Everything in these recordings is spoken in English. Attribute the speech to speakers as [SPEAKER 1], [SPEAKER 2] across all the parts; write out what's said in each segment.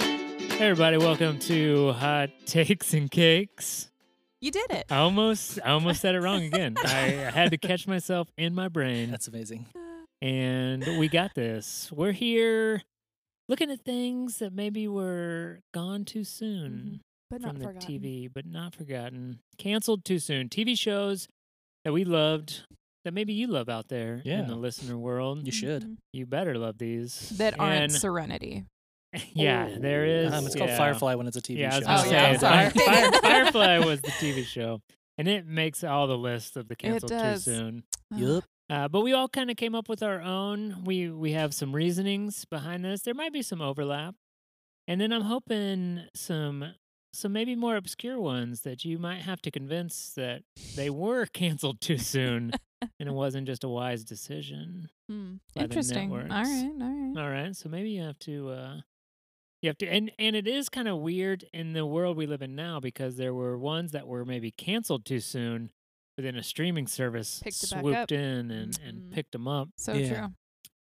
[SPEAKER 1] Hey everybody, welcome to Hot Takes and Cakes.
[SPEAKER 2] You did it.
[SPEAKER 1] I almost I almost said it wrong again. I had to catch myself in my brain
[SPEAKER 3] That's amazing.
[SPEAKER 1] and we got this. We're here looking at things that maybe were gone too soon
[SPEAKER 2] Mm-hmm.
[SPEAKER 1] from
[SPEAKER 2] But
[SPEAKER 1] the TV, but not forgotten. Canceled too soon. TV shows that we loved that maybe you love out there in
[SPEAKER 3] Yeah.
[SPEAKER 1] the listener world.
[SPEAKER 3] You should.
[SPEAKER 1] You better love these.
[SPEAKER 2] That aren't
[SPEAKER 1] And-
[SPEAKER 2] Serenity.
[SPEAKER 1] Yeah, there is.
[SPEAKER 3] Um, it's called
[SPEAKER 1] yeah.
[SPEAKER 3] Firefly when it's a TV
[SPEAKER 1] yeah, I was
[SPEAKER 3] show.
[SPEAKER 1] gonna
[SPEAKER 2] Oh,
[SPEAKER 1] say,
[SPEAKER 2] yeah, I'm sorry.
[SPEAKER 1] Fire- Fire- Firefly was the TV show, and it makes all the lists of the canceled too
[SPEAKER 2] does.
[SPEAKER 1] soon.
[SPEAKER 3] Yup.
[SPEAKER 1] Uh, but we all kind of came up with our own. We we have some reasonings behind this. There might be some overlap, and then I'm hoping some some maybe more obscure ones that you might have to convince that they were canceled too soon, and it wasn't just a wise decision.
[SPEAKER 2] Hmm.
[SPEAKER 1] by the
[SPEAKER 2] Interesting. All
[SPEAKER 1] networks.
[SPEAKER 2] right. All right.
[SPEAKER 1] All right. So maybe you have to uh you have to and and it is kind of weird in the world we live in now because there were ones that were maybe canceled too soon, but then a streaming service
[SPEAKER 2] Picked it back
[SPEAKER 1] swooped
[SPEAKER 2] up.
[SPEAKER 1] in and and
[SPEAKER 2] Mm.
[SPEAKER 1] picked them up.
[SPEAKER 2] So
[SPEAKER 3] Yeah.
[SPEAKER 2] true.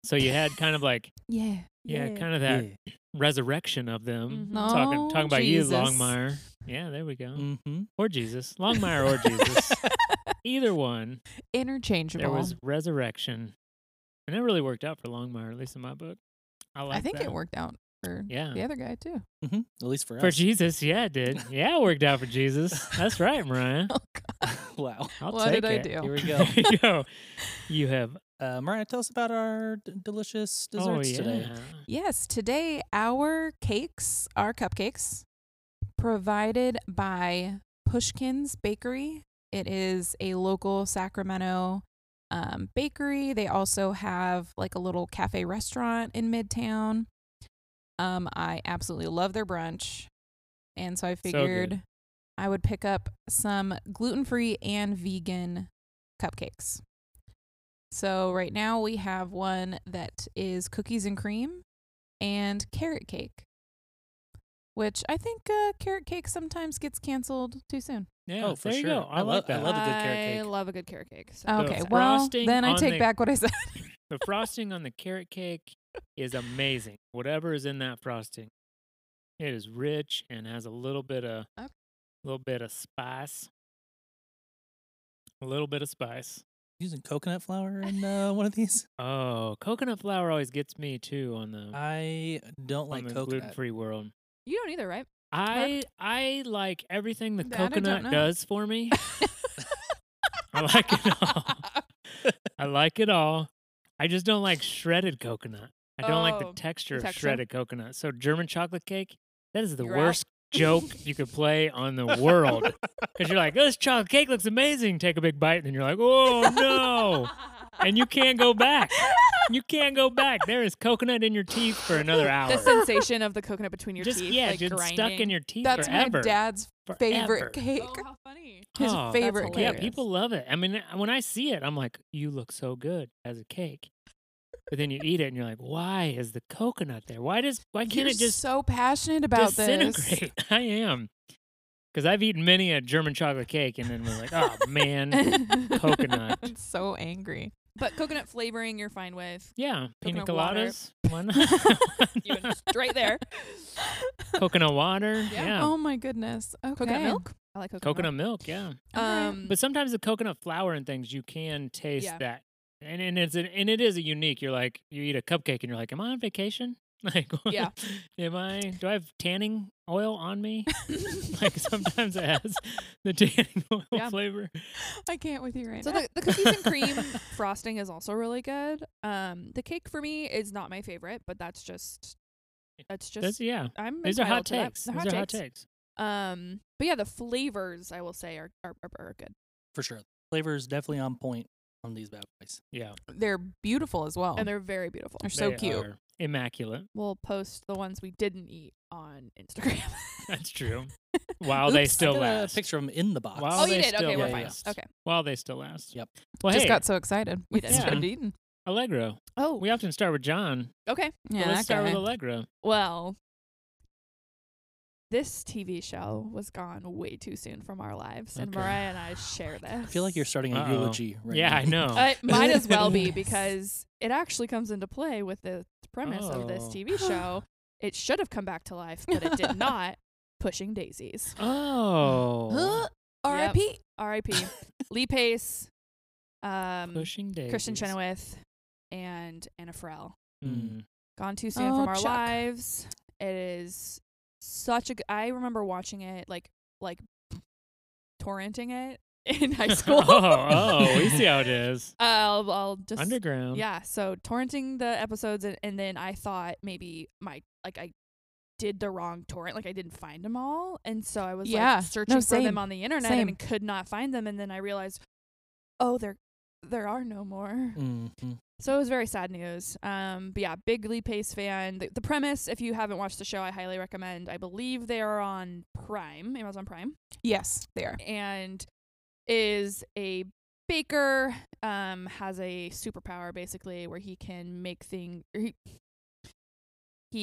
[SPEAKER 1] So you had kind of like
[SPEAKER 2] Yeah.
[SPEAKER 1] yeah, kind of that
[SPEAKER 3] Yeah.
[SPEAKER 1] resurrection of them.
[SPEAKER 2] No.
[SPEAKER 1] Talking talking about
[SPEAKER 2] Jesus.
[SPEAKER 1] you Longmire. Yeah, there we go.
[SPEAKER 3] Mhm.
[SPEAKER 1] Or Jesus. Longmire or Jesus. Either one.
[SPEAKER 2] Interchangeable.
[SPEAKER 1] There was resurrection. And it really worked out for Longmire, at least in my book. I like
[SPEAKER 2] I think
[SPEAKER 1] that.
[SPEAKER 2] it worked out for
[SPEAKER 1] Yeah.
[SPEAKER 2] the other guy too.
[SPEAKER 3] Mhm. At least for
[SPEAKER 1] For
[SPEAKER 3] us.
[SPEAKER 1] Jesus, yeah, it did. Yeah, it worked out for Jesus. That's right, Mariah.
[SPEAKER 2] Oh God.
[SPEAKER 3] wow.
[SPEAKER 1] I'll
[SPEAKER 2] What
[SPEAKER 1] take
[SPEAKER 2] did I
[SPEAKER 1] it.
[SPEAKER 2] do?
[SPEAKER 3] Here we go.
[SPEAKER 1] There you go. You have
[SPEAKER 3] Uh, Mariah, tell us about our d- delicious
[SPEAKER 1] oh
[SPEAKER 3] desserts
[SPEAKER 1] yeah.
[SPEAKER 3] today.
[SPEAKER 2] Yes, today our cakes are cupcakes provided by Pushkin's Bakery. It is a local Sacramento um, bakery. They also have like a little cafe restaurant in Midtown. Um, I absolutely love their brunch. And so I
[SPEAKER 1] good.
[SPEAKER 2] figured I would pick up some gluten free and vegan cupcakes. So right now we have one that is cookies and cream and carrot cake, which I think uh, carrot cake sometimes gets canceled too soon.
[SPEAKER 1] Yeah,
[SPEAKER 3] Oh, for
[SPEAKER 1] there you go.
[SPEAKER 3] sure.
[SPEAKER 1] I,
[SPEAKER 3] I
[SPEAKER 1] like
[SPEAKER 3] love- I
[SPEAKER 1] that.
[SPEAKER 3] love- a good carrot
[SPEAKER 4] I
[SPEAKER 3] cake.
[SPEAKER 4] love a good carrot cake. So.
[SPEAKER 2] Ah, Okay,
[SPEAKER 1] the
[SPEAKER 2] well
[SPEAKER 1] frosting
[SPEAKER 2] then I
[SPEAKER 1] on
[SPEAKER 2] take
[SPEAKER 1] the-
[SPEAKER 2] back what I said.
[SPEAKER 1] the frosting on the carrot cake is amazing. Whatever is in that frosting, it is rich and has a little bit of a
[SPEAKER 4] Okay.
[SPEAKER 1] little bit of spice. A little bit of spice.
[SPEAKER 3] Using coconut flour in uh, one of these?
[SPEAKER 1] Oh, coconut flour always gets me too on the
[SPEAKER 3] I don't
[SPEAKER 1] on
[SPEAKER 3] like
[SPEAKER 1] the gluten
[SPEAKER 3] coconut.
[SPEAKER 1] free world.
[SPEAKER 4] You don't either, right?
[SPEAKER 1] I I like everything the
[SPEAKER 2] That I don't
[SPEAKER 1] coconut
[SPEAKER 2] know.
[SPEAKER 1] does for me. I like it all. I like it all. I just don't like shredded coconut. I don't like the
[SPEAKER 4] Oh,
[SPEAKER 1] texture, of
[SPEAKER 4] texture?
[SPEAKER 1] shredded coconut. So German chocolate cake, that is the
[SPEAKER 4] You're out.
[SPEAKER 1] worst joke you could play on the world. Because you're like, "Oh, this chocolate cake looks amazing. Take a big bite, and then you're like, oh no. And you can't go back. You can't go back. There is coconut in your teeth for another hour.
[SPEAKER 4] The sensation of the coconut between your
[SPEAKER 1] just
[SPEAKER 4] teeth,
[SPEAKER 1] yeah,
[SPEAKER 4] like
[SPEAKER 1] just
[SPEAKER 4] grinding.
[SPEAKER 1] stuck in your teeth
[SPEAKER 2] That's
[SPEAKER 1] forever.
[SPEAKER 2] my dad's
[SPEAKER 1] Forever.
[SPEAKER 2] favorite cake.
[SPEAKER 4] Oh, how funny!
[SPEAKER 2] His
[SPEAKER 1] Oh, that's
[SPEAKER 2] favorite
[SPEAKER 1] Yeah,
[SPEAKER 2] cake.
[SPEAKER 4] hilarious.
[SPEAKER 1] people love it. I mean, when I see it, I'm like, you look so good as a cake. But then you eat it and you're like, why is the coconut there? Why does why can't
[SPEAKER 2] You're
[SPEAKER 1] it just
[SPEAKER 2] so passionate about this.
[SPEAKER 1] disintegrate? I am. Because I've eaten many a German chocolate cake and then we're like, oh man. Coconut.
[SPEAKER 2] I'm so angry.
[SPEAKER 4] But coconut flavoring, you're fine with.
[SPEAKER 1] Yeah. Pina
[SPEAKER 4] Coconut water.
[SPEAKER 1] coladas. Why not?
[SPEAKER 4] You went straight there.
[SPEAKER 1] coconut water. Yeah.
[SPEAKER 4] Yeah.
[SPEAKER 2] Oh my goodness. Okay.
[SPEAKER 4] Coconut milk. I like coconut.
[SPEAKER 1] Coconut milk, yeah.
[SPEAKER 4] Milk. Um,
[SPEAKER 1] But sometimes the coconut flour and things you can taste
[SPEAKER 4] Yeah.
[SPEAKER 1] that. And and it's an, and it is a unique. You're like you eat a cupcake and you're like, Am I on vacation? Like
[SPEAKER 4] Yeah.
[SPEAKER 1] am I do I have tanning oil on me? like sometimes it has the tanning oil
[SPEAKER 4] Yeah.
[SPEAKER 1] flavor.
[SPEAKER 2] I can't with you right
[SPEAKER 4] so
[SPEAKER 2] now.
[SPEAKER 4] the, the cookies and cream frosting is also really good. Um, the cake for me is not my favorite, but that's just that's just
[SPEAKER 1] That's yeah.
[SPEAKER 4] I'm
[SPEAKER 1] These are hot
[SPEAKER 4] entitled
[SPEAKER 1] takes.
[SPEAKER 4] to that. They're
[SPEAKER 1] These are hot takes.
[SPEAKER 4] Um, but yeah, the flavors I will say are are, are, are good.
[SPEAKER 3] For sure. Flavor is definitely on point on these bad boys.
[SPEAKER 1] Yeah.
[SPEAKER 2] they're beautiful as well.
[SPEAKER 4] and they're very beautiful.
[SPEAKER 2] They're so
[SPEAKER 1] Oh. They
[SPEAKER 2] cute.
[SPEAKER 1] are immaculate.
[SPEAKER 4] We'll post the ones we didn't eat on Instagram.
[SPEAKER 1] That's true. While they
[SPEAKER 3] Oops, I
[SPEAKER 1] still
[SPEAKER 3] got
[SPEAKER 1] last.
[SPEAKER 3] A picture of them in the box.
[SPEAKER 1] While
[SPEAKER 4] oh,
[SPEAKER 1] they
[SPEAKER 4] you did.
[SPEAKER 1] still
[SPEAKER 4] Okay, we're
[SPEAKER 3] yeah,
[SPEAKER 4] fine. now.
[SPEAKER 1] last.
[SPEAKER 4] Okay.
[SPEAKER 1] While they still last.
[SPEAKER 3] Yep.
[SPEAKER 1] Well,
[SPEAKER 2] Just
[SPEAKER 1] hey,
[SPEAKER 2] got so excited. We
[SPEAKER 4] Yeah.
[SPEAKER 2] just started eating.
[SPEAKER 1] Allegro.
[SPEAKER 4] Oh,
[SPEAKER 1] We often start with John.
[SPEAKER 4] okay.
[SPEAKER 1] but
[SPEAKER 2] Yeah,
[SPEAKER 1] let's
[SPEAKER 2] that
[SPEAKER 1] start with
[SPEAKER 2] guy.
[SPEAKER 1] Allegro.
[SPEAKER 4] Well, this TV show was gone way too soon from our lives, and
[SPEAKER 1] Okay.
[SPEAKER 4] Mariah and I share this.
[SPEAKER 3] I feel like you're starting a
[SPEAKER 1] Uh-oh.
[SPEAKER 3] eulogy right
[SPEAKER 1] yeah,
[SPEAKER 3] now.
[SPEAKER 1] I know.
[SPEAKER 4] Uh, it might as well be
[SPEAKER 2] Yes.
[SPEAKER 4] because it actually comes into play with the premise of this
[SPEAKER 1] Oh.
[SPEAKER 4] TV show. It should have come back to life, but it did not. Pushing Daisies.
[SPEAKER 1] Oh.
[SPEAKER 2] R.I.P.
[SPEAKER 4] R.I.P. Lee Pace, um,
[SPEAKER 1] Pushing daisies.
[SPEAKER 4] Christian Chenoweth, and Anna Farrell.
[SPEAKER 1] Mm.
[SPEAKER 4] Gone Too Soon
[SPEAKER 2] Oh,
[SPEAKER 4] from Our
[SPEAKER 2] Chuck.
[SPEAKER 4] Lives. It is such a. g- I remember watching it like like torrenting it in high school.
[SPEAKER 1] oh, oh, we see how it is.
[SPEAKER 4] I'll, I'll just
[SPEAKER 1] Underground.
[SPEAKER 4] yeah. So torrenting the episodes and, and then I thought maybe my like I did the wrong torrent, like I didn't find them all, and so I was
[SPEAKER 2] Yeah. No,
[SPEAKER 4] like searching for
[SPEAKER 2] same.
[SPEAKER 4] them on the internet
[SPEAKER 2] Same.
[SPEAKER 4] and could not find them, and then I realized, oh, there there are no more.
[SPEAKER 3] Mm-hmm.
[SPEAKER 4] So it was very sad news. Um, but yeah, big Lee Pace fan. The, the premise, if you haven't watched the show, I highly recommend. I believe they are on Prime, Amazon Prime,
[SPEAKER 2] Yes, they are.
[SPEAKER 4] and is a baker. Um, has a superpower basically where he can make things. He, he
[SPEAKER 1] Did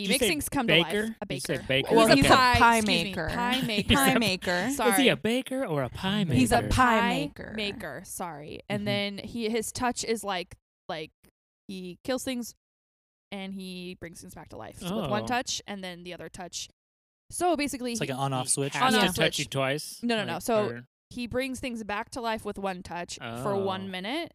[SPEAKER 1] you
[SPEAKER 4] makes
[SPEAKER 1] say
[SPEAKER 4] things come to life.
[SPEAKER 1] baker?
[SPEAKER 4] A
[SPEAKER 1] You
[SPEAKER 4] baker.
[SPEAKER 1] said baker?
[SPEAKER 2] Well,
[SPEAKER 4] He's,
[SPEAKER 2] he's
[SPEAKER 4] a
[SPEAKER 2] a
[SPEAKER 4] pie,
[SPEAKER 2] pie
[SPEAKER 4] excuse me,
[SPEAKER 2] maker.
[SPEAKER 4] pie maker.
[SPEAKER 2] Pie maker.
[SPEAKER 4] Sorry.
[SPEAKER 1] Is he a baker or a pie maker? Mm-hmm.
[SPEAKER 2] He's a pie- maker.
[SPEAKER 4] Maker, sorry. And
[SPEAKER 3] Mhm.
[SPEAKER 4] then he his touch is like like he kills things and he brings things back to life with one
[SPEAKER 1] Oh.
[SPEAKER 4] touch and then the other touch. So basically
[SPEAKER 3] It's like
[SPEAKER 4] he,
[SPEAKER 3] an on-off switch.
[SPEAKER 1] Has
[SPEAKER 4] On-off
[SPEAKER 1] to touch you
[SPEAKER 4] switch.
[SPEAKER 1] twice.
[SPEAKER 4] No, no,
[SPEAKER 1] Like,
[SPEAKER 4] no. So-
[SPEAKER 1] or-
[SPEAKER 4] he brings things back to life with one touch for
[SPEAKER 1] Oh.
[SPEAKER 4] 1 minute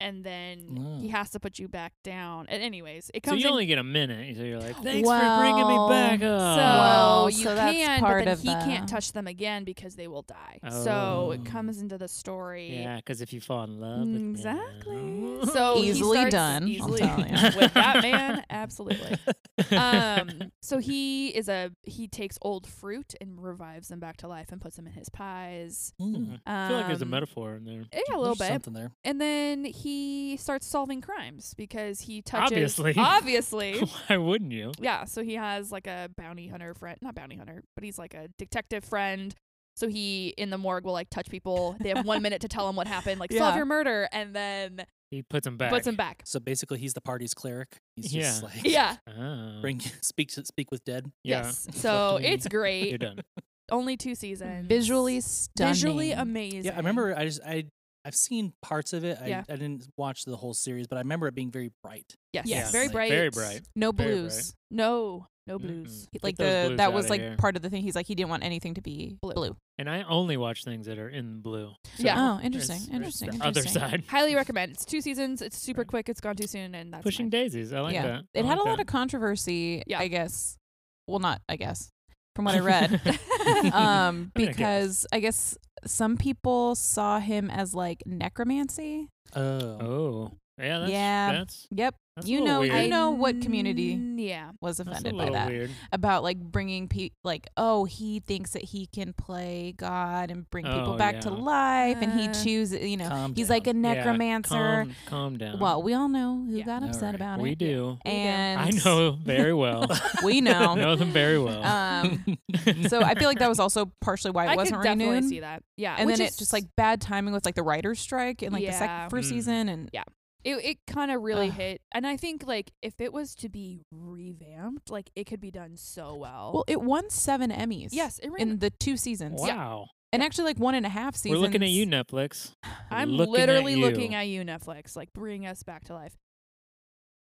[SPEAKER 4] and then he
[SPEAKER 3] Oh.
[SPEAKER 4] has to put you back down. And anyways, it
[SPEAKER 1] so
[SPEAKER 4] comes
[SPEAKER 1] you
[SPEAKER 4] in
[SPEAKER 1] only Oh. get a minute. So you're like, thanks for bringing me
[SPEAKER 2] Well,
[SPEAKER 1] back.
[SPEAKER 4] so
[SPEAKER 1] up."
[SPEAKER 2] Well,
[SPEAKER 4] you
[SPEAKER 2] so that's
[SPEAKER 4] can,
[SPEAKER 2] part
[SPEAKER 4] but then
[SPEAKER 2] of
[SPEAKER 4] he can't
[SPEAKER 2] the-
[SPEAKER 4] touch them again because they will die. So it
[SPEAKER 3] Oh.
[SPEAKER 4] comes into the story.
[SPEAKER 1] Yeah, because if you fall in love, with Oh. them-
[SPEAKER 4] Mm, Exactly. So he
[SPEAKER 2] Easily
[SPEAKER 4] starts
[SPEAKER 2] done, I'll
[SPEAKER 4] Easily
[SPEAKER 2] tell
[SPEAKER 1] ya.
[SPEAKER 4] with that man, absolutely. Um, so he is a he takes old fruit and revives them back to life and puts them in his pies.
[SPEAKER 3] Mm.
[SPEAKER 4] Um,
[SPEAKER 1] I feel like there's a metaphor in there.
[SPEAKER 4] Yeah, a little
[SPEAKER 3] There's
[SPEAKER 4] bit.
[SPEAKER 3] Something there.
[SPEAKER 4] And then he starts solving crimes because he touches
[SPEAKER 1] Obviously.
[SPEAKER 4] obviously.
[SPEAKER 1] Why wouldn't you?
[SPEAKER 4] Yeah, so he has like a bounty hunter friend, not bounty hunter, but he's like a detective friend. So he in the morgue will like touch people. They have one minute to tell him what happened, like solve
[SPEAKER 2] Yeah.
[SPEAKER 4] your murder, and then
[SPEAKER 1] He puts him back.
[SPEAKER 4] puts him back.
[SPEAKER 3] So basically, he's the party's cleric. He's just
[SPEAKER 1] Yeah.
[SPEAKER 3] like
[SPEAKER 4] Yeah.
[SPEAKER 1] Oh.
[SPEAKER 3] bring speak to- speak with dead.
[SPEAKER 1] Yeah.
[SPEAKER 4] Yes. So
[SPEAKER 1] Fucking-
[SPEAKER 4] it's
[SPEAKER 1] You're
[SPEAKER 4] great.
[SPEAKER 1] done.
[SPEAKER 4] Only two seasons.
[SPEAKER 2] Visually stunning.
[SPEAKER 4] visually amazing.
[SPEAKER 3] Yeah, I remember. I just I I've seen parts of it. I,
[SPEAKER 4] Yeah.
[SPEAKER 3] I didn't watch the whole series, but I remember it being very bright.
[SPEAKER 4] Yes.
[SPEAKER 2] Yes.
[SPEAKER 4] Very
[SPEAKER 3] Like,
[SPEAKER 4] bright.
[SPEAKER 1] Very bright.
[SPEAKER 2] No
[SPEAKER 1] Very bright.
[SPEAKER 2] blues.
[SPEAKER 4] No. No blues.
[SPEAKER 1] Mm-mm.
[SPEAKER 2] Like
[SPEAKER 1] Get those
[SPEAKER 2] the
[SPEAKER 1] blues
[SPEAKER 2] that
[SPEAKER 1] outta
[SPEAKER 2] was like
[SPEAKER 1] here.
[SPEAKER 2] part of the thing. He's like he didn't want anything to be
[SPEAKER 4] Blue.
[SPEAKER 2] blue.
[SPEAKER 1] And I only watch things that are in blue. So
[SPEAKER 4] Yeah.
[SPEAKER 2] Oh, interesting,
[SPEAKER 1] there's- there's
[SPEAKER 2] interesting,
[SPEAKER 1] The other
[SPEAKER 2] interesting.
[SPEAKER 1] side.
[SPEAKER 4] Highly recommend. It's two seasons. It's super
[SPEAKER 1] Right.
[SPEAKER 4] quick. It's gone too soon, and that's
[SPEAKER 1] Pushing
[SPEAKER 4] mine.
[SPEAKER 1] daisies. I like
[SPEAKER 2] Yeah.
[SPEAKER 1] that.
[SPEAKER 2] It had a lot of controversy.
[SPEAKER 4] Yeah.
[SPEAKER 2] I guess. Well, not I guess. From what I read, um,
[SPEAKER 1] I mean, I guess.
[SPEAKER 2] because I guess some people saw him as like necromancy.
[SPEAKER 3] Oh,
[SPEAKER 1] Oh. Yeah. That's,
[SPEAKER 2] Yeah.
[SPEAKER 1] That's,
[SPEAKER 2] Yep,
[SPEAKER 1] that's a
[SPEAKER 2] You
[SPEAKER 1] little
[SPEAKER 2] know-
[SPEAKER 1] Weird.
[SPEAKER 2] I know what community-
[SPEAKER 4] Mm, Yeah.
[SPEAKER 2] was
[SPEAKER 1] that's
[SPEAKER 2] offended
[SPEAKER 1] a
[SPEAKER 2] by
[SPEAKER 1] little
[SPEAKER 2] that
[SPEAKER 1] weird.
[SPEAKER 2] about like bringing pe like oh he thinks that he can play God and bring people
[SPEAKER 1] Oh,
[SPEAKER 2] back to
[SPEAKER 1] yeah.
[SPEAKER 2] life and he
[SPEAKER 4] Uh,
[SPEAKER 2] chooses you know
[SPEAKER 3] Calm
[SPEAKER 2] he's like a
[SPEAKER 3] down.
[SPEAKER 1] Yeah,
[SPEAKER 2] necromancer.
[SPEAKER 1] calm, calm down.
[SPEAKER 2] well, we all know who
[SPEAKER 4] Yeah.
[SPEAKER 2] got
[SPEAKER 3] All
[SPEAKER 2] upset
[SPEAKER 3] right.
[SPEAKER 2] about
[SPEAKER 1] we
[SPEAKER 2] it,
[SPEAKER 1] do.
[SPEAKER 4] We do.
[SPEAKER 2] and
[SPEAKER 1] I know very well.
[SPEAKER 2] we know.
[SPEAKER 1] know them very well.
[SPEAKER 2] Um, so I feel like that was also partially why it
[SPEAKER 4] I
[SPEAKER 2] wasn't
[SPEAKER 4] could definitely
[SPEAKER 2] renewed.
[SPEAKER 4] see that. Yeah.
[SPEAKER 2] And
[SPEAKER 4] which
[SPEAKER 2] then
[SPEAKER 4] is-
[SPEAKER 2] it just like bad timing with like the writer's strike and like the
[SPEAKER 4] Yeah.
[SPEAKER 2] second first
[SPEAKER 1] Mm.
[SPEAKER 2] season and
[SPEAKER 4] it, it kind of really
[SPEAKER 2] Ugh.
[SPEAKER 4] hit. And I think like if it was to be revamped, like it could be done so well.
[SPEAKER 2] well it won seven Emmys.
[SPEAKER 4] yes, it ran-
[SPEAKER 2] In the two seasons.
[SPEAKER 1] wow.
[SPEAKER 2] And actually like one and a half seasons.
[SPEAKER 1] We're looking at you, Netflix.
[SPEAKER 4] I'm
[SPEAKER 1] looking
[SPEAKER 4] literally
[SPEAKER 1] at you.
[SPEAKER 4] looking at you, Netflix. Like, bring us back to life.